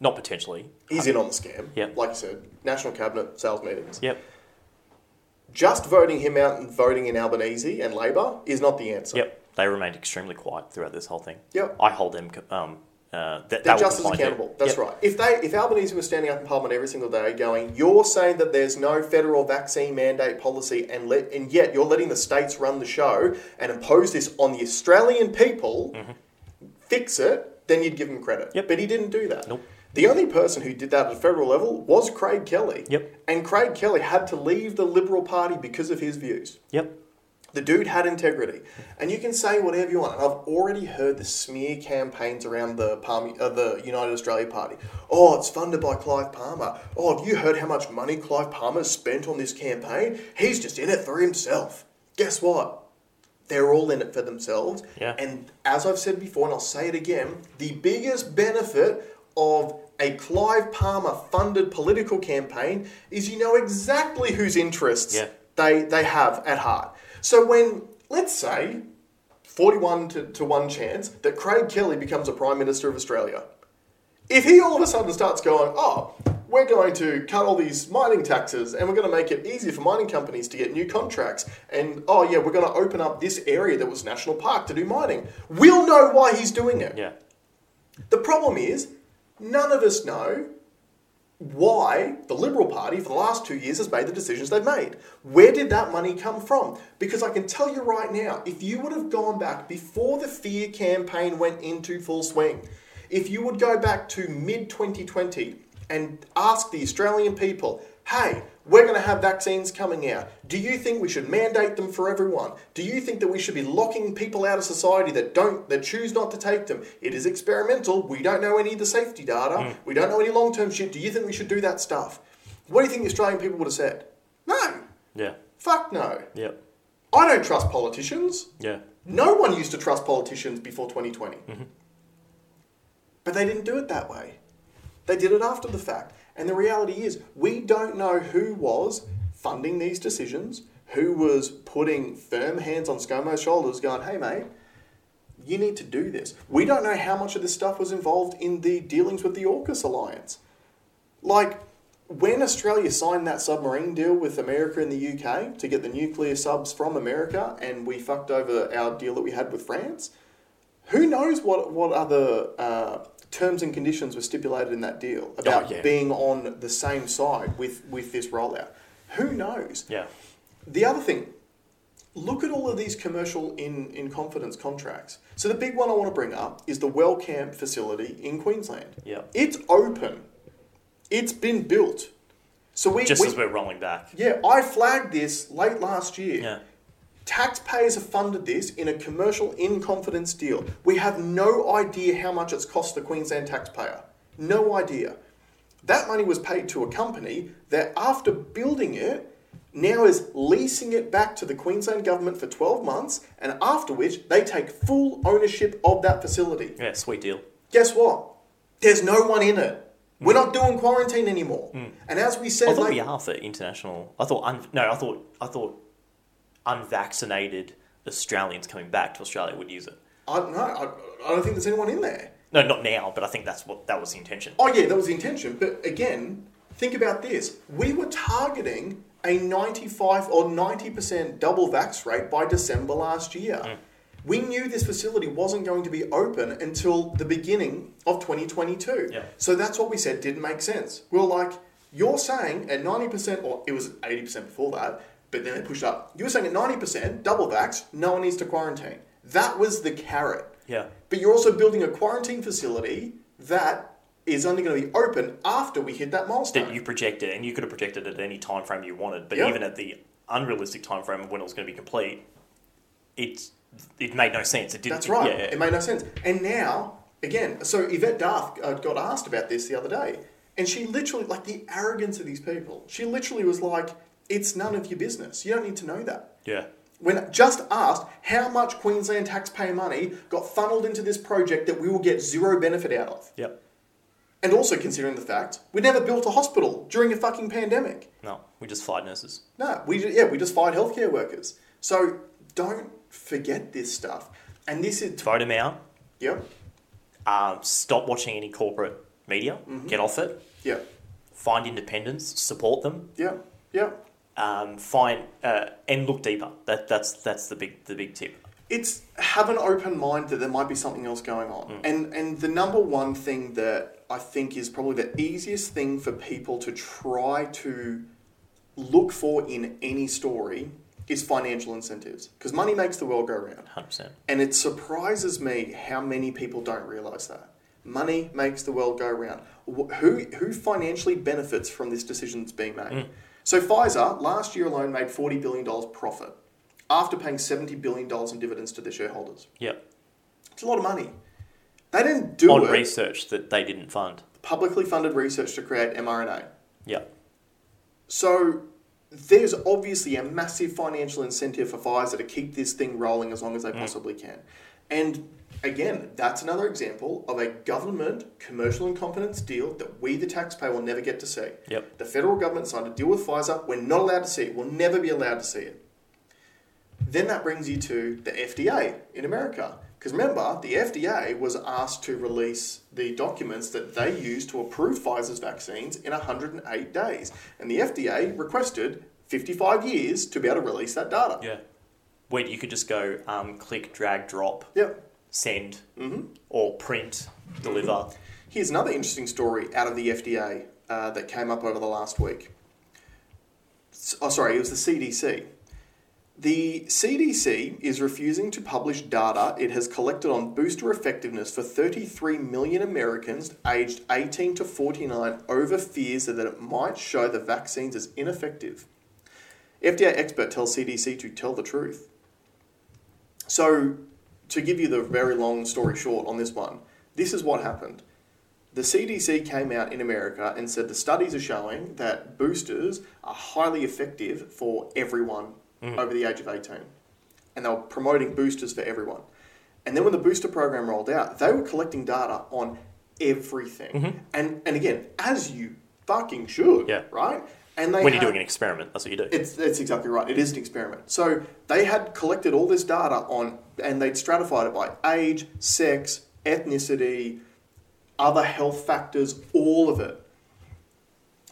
Not potentially. he's in on the scam. Yep. Like I said, national cabinet sales meetings. Yep. Just voting him out and voting in Albanese and Labor is not the answer. Yep. They remained extremely quiet throughout this whole thing. Yep. I hold them. co- Um. Uh. That, They're that just was as my view. accountable. That's Yep. right. If they, if Albanese was standing up in Parliament every single day, going, "You're saying that there's no federal vaccine mandate policy, and let, and yet you're letting the states run the show and impose this on the Australian people, fix it," then you'd give him credit. Mm-hmm. Yep. But he didn't do that. Nope. The only person who did that at a federal level was Craig Kelly. Yep. And Craig Kelly had to leave the Liberal Party because of his views. Yep. The dude had integrity, and you can say whatever you want. And I've already heard the smear campaigns around the Palm, uh, the United Australia Party. Oh, it's funded by Clive Palmer. Oh, have you heard how much money Clive Palmer's spent on this campaign? He's just in it for himself. Guess what? They're all in it for themselves. Yeah. And as I've said before, and I'll say it again, the biggest benefit of a Clive Palmer funded political campaign is you know exactly whose interests Yeah. they, they have at heart. So when, let's say, 41 to, to 1 chance that Craig Kelly becomes a Prime Minister of Australia, if he all of a sudden starts going, oh, we're going to cut all these mining taxes and we're going to make it easier for mining companies to get new contracts, and oh, yeah, we're going to open up this area that was National Park to do mining, we'll know why he's doing it. Yeah. The problem is, none of us know why the Liberal Party for the last two years has made the decisions they've made. Where did that money come from? Because I can tell you right now, if you would have gone back before the fear campaign went into full swing, if you would go back to mid 2020 and ask the Australian people, hey, we're going to have vaccines coming out. Do you think we should mandate them for everyone? Do you think that we should be locking people out of society that don't that choose not to take them? It is experimental. We don't know any of the safety data. We don't know any long-term shit. Do you think we should do that stuff? What do you think the Australian people would have said? No. Yeah. Fuck no. Yep. I don't trust politicians. Yeah. No one used to trust politicians before 2020. But they didn't do it that way. They did it after the fact. And the reality is, we don't know who was funding these decisions, who was putting firm hands on ScoMo's shoulders, going, hey, mate, you need to do this. We don't know how much of this stuff was involved in the dealings with the AUKUS alliance. Like, when Australia signed that submarine deal with America and the UK to get the nuclear subs from America, and we fucked over our deal that we had with France, who knows what, what other uh, terms and conditions were stipulated in that deal about yeah. being on the same side with, with this rollout? Who knows? Yeah. The other thing, look at all of these commercial in, in confidence contracts. So the big one I want to bring up is the Wellcamp facility in Queensland. Yep. It's open. It's been built. So we, Just we- as we're rolling back. yeah, I flagged this late last year. Yeah. Taxpayers have funded this in a commercial in confidence deal. We have no idea how much it's cost the Queensland taxpayer. No idea. That money was paid to a company that, after building it, now is leasing it back to the Queensland government for 12 months, and after which they take full ownership of that facility. Yeah. Sweet deal. Guess what? There's no one in it. We're not doing quarantine anymore. And as we I said, thought like, we are for international. I thought un, no. I thought I thought unvaccinated Australians coming back to Australia would use it. I don't know, I, I don't think there's anyone in there. No, not now, but I think that's what that was the intention. Oh yeah, that was the intention. But again, think about this: we were targeting a ninety-five or ninety percent double vax rate by December last year. Mm. We knew this facility wasn't going to be open until the beginning of 2022. Yeah. So that's what we said didn't make sense. We were like, you're saying at 90%, or it was 80% before that, but then they pushed up. You were saying at 90%, double vax, no one needs to quarantine. That was the carrot. Yeah. But you're also building a quarantine facility that is only going to be open after we hit that milestone. That you projected, and you could have projected it at any time frame you wanted, but Yeah. even at the unrealistic time frame of when it was going to be complete, it it made no sense. It didn't. That's right. Yeah, It made no sense. And now, again, so Yvette Darth uh, got asked about this the other day, and she literally, like the arrogance of these people, she literally was like, it's none of your business. You don't need to know that. yeah. When just asked how much Queensland taxpayer money got funneled into this project that we will get zero benefit out of. Yep. And also considering the fact we never built a hospital during a fucking pandemic. No, we just fired nurses. No, we ju- yeah we just fired healthcare workers. So don't forget this stuff. And this is Vote him out. yep Um, stop watching any corporate media. Mm-hmm. Get off it. yep Find independence. Support them. yep yep. Um, find uh, and look deeper. That that's that's the big the big tip. it's have an open mind that there might be something else going on. And and the number one thing that I think is probably the easiest thing for people to try to look for in any story is financial incentives because money makes the world go round. Hundred percent. And it surprises me how many people don't realize that. Money makes the world go round. Wh- Who, who financially benefits from this decision that's being made? So Pfizer last year alone made $40 billion profit after paying $70 billion in dividends to their shareholders. Yep. It's a lot of money. They didn't do On it. research that they didn't fund. Publicly funded research to create mRNA. Yep. So there's obviously a massive financial incentive for Pfizer to keep this thing rolling as long as they possibly can. And again, that's another example of a government commercial incompetence deal that we, the taxpayer, will never get to see. Yep. The federal government signed a deal with Pfizer. We're not allowed to see it. We'll never be allowed to see it. Then that brings you to the FDA in America. Because remember, the FDA was asked to release the documents that they used to approve Pfizer's vaccines in 108 days. And the FDA requested 55 years to be able to release that data. Yeah. Wait, you could just go um, click, drag, drop, Yep. send, Mm-hmm. or print, deliver. Here's another interesting story out of the FDA uh, that came up over the last week. S- Oh, sorry, it was the CDC. The CDC is refusing to publish data it has collected on booster effectiveness for 33 million Americans aged 18 to 49 over fears that it might show the vaccines as ineffective. FDA expert tells CDC to tell the truth. So, to give you the very long story short on this one, this is what happened. The CDC came out in America and said the studies are showing that boosters are highly effective for everyone Mm. over the age of 18. And they were promoting boosters for everyone. And then when the booster program rolled out, they were collecting data on everything. And, and again, as you fucking should, Mm-hmm. Yeah. right? And they When you're had- doing an experiment, that's what you do. it's, that's exactly right. It is an experiment. So they had collected all this data on, and they'd stratified it by age, sex, ethnicity, other health factors, all of it.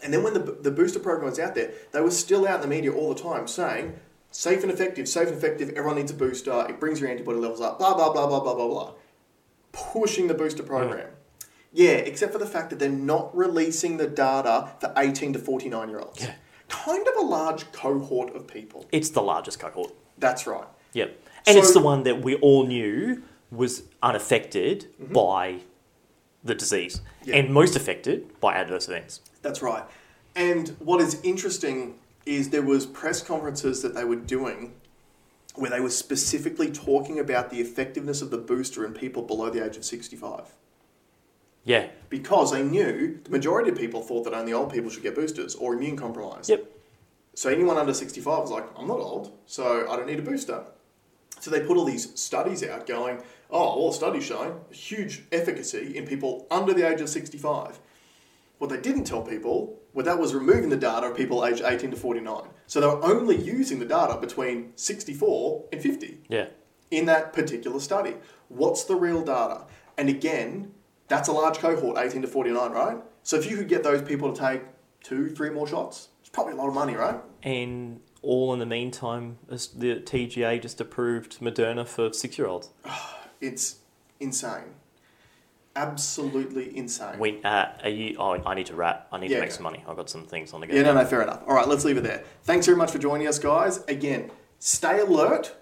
And then when the, the booster program was out there, they were still out in the media all the time saying, safe and effective, safe and effective, everyone needs a booster, it brings your antibody levels up, blah, blah, blah, blah, blah, blah, blah. Pushing the booster program. Yeah, except for the fact that they're not releasing the data for 18 to 49 year olds. Yeah. Kind of a large cohort of people. It's the largest cohort. That's right. Yep. And it's So- the one that we all knew was unaffected by the disease Mm-hmm. Yeah. and most affected by adverse events. That's right. And what is interesting is there was press conferences that they were doing where they were specifically talking about the effectiveness of the booster in people below the age of 65. Yeah. Because they knew the majority of people thought that only old people should get boosters or immune compromised. Yep. So anyone under 65 was like, I'm not old, so I don't need a booster. So they put all these studies out going, oh, all studies showing huge efficacy in people under the age of 65. What they didn't tell people well, that was removing the data of people aged 18 to 49. So they were only using the data between 64 and 50 Yeah. in that particular study. What's the real data? And again, that's a large cohort, 18 to 49, right? So if you could get those people to take two, three more shots, it's probably a lot of money, right? And all in the meantime, as the TGA just approved Moderna for six year olds. It's insane. Absolutely insane. When uh, are you? Oh, I need to wrap. I need Yeah, to make okay. some money. I've got some things on the go. yeah, no, no, fair enough. All right, let's leave it there. Thanks very much for joining us, guys. Again, stay alert.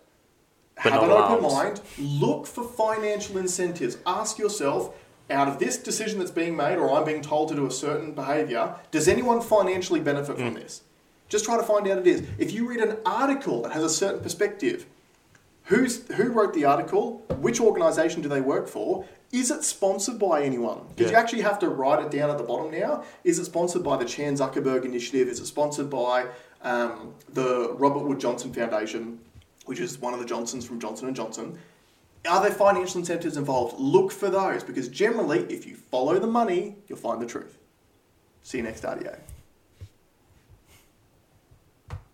have But not an open mind. alarmed. Look for financial incentives. Ask yourself, out of this decision that's being made, or I'm being told to do a certain behaviour, does anyone financially benefit Mm. from this? Just try to find out it is. If you read an article that has a certain perspective, Who's who wrote the article? Which organisation do they work for? Is it sponsored by anyone? Because you Yeah. actually have to write it down at the bottom now. Is it sponsored by the Chan Zuckerberg Initiative? Is it sponsored by um, the Robert Wood Johnson Foundation, which is one of the Johnsons from Johnson and Johnson? Are there financial incentives involved? Look for those because generally, if you follow the money, you'll find the truth. See you next RDA.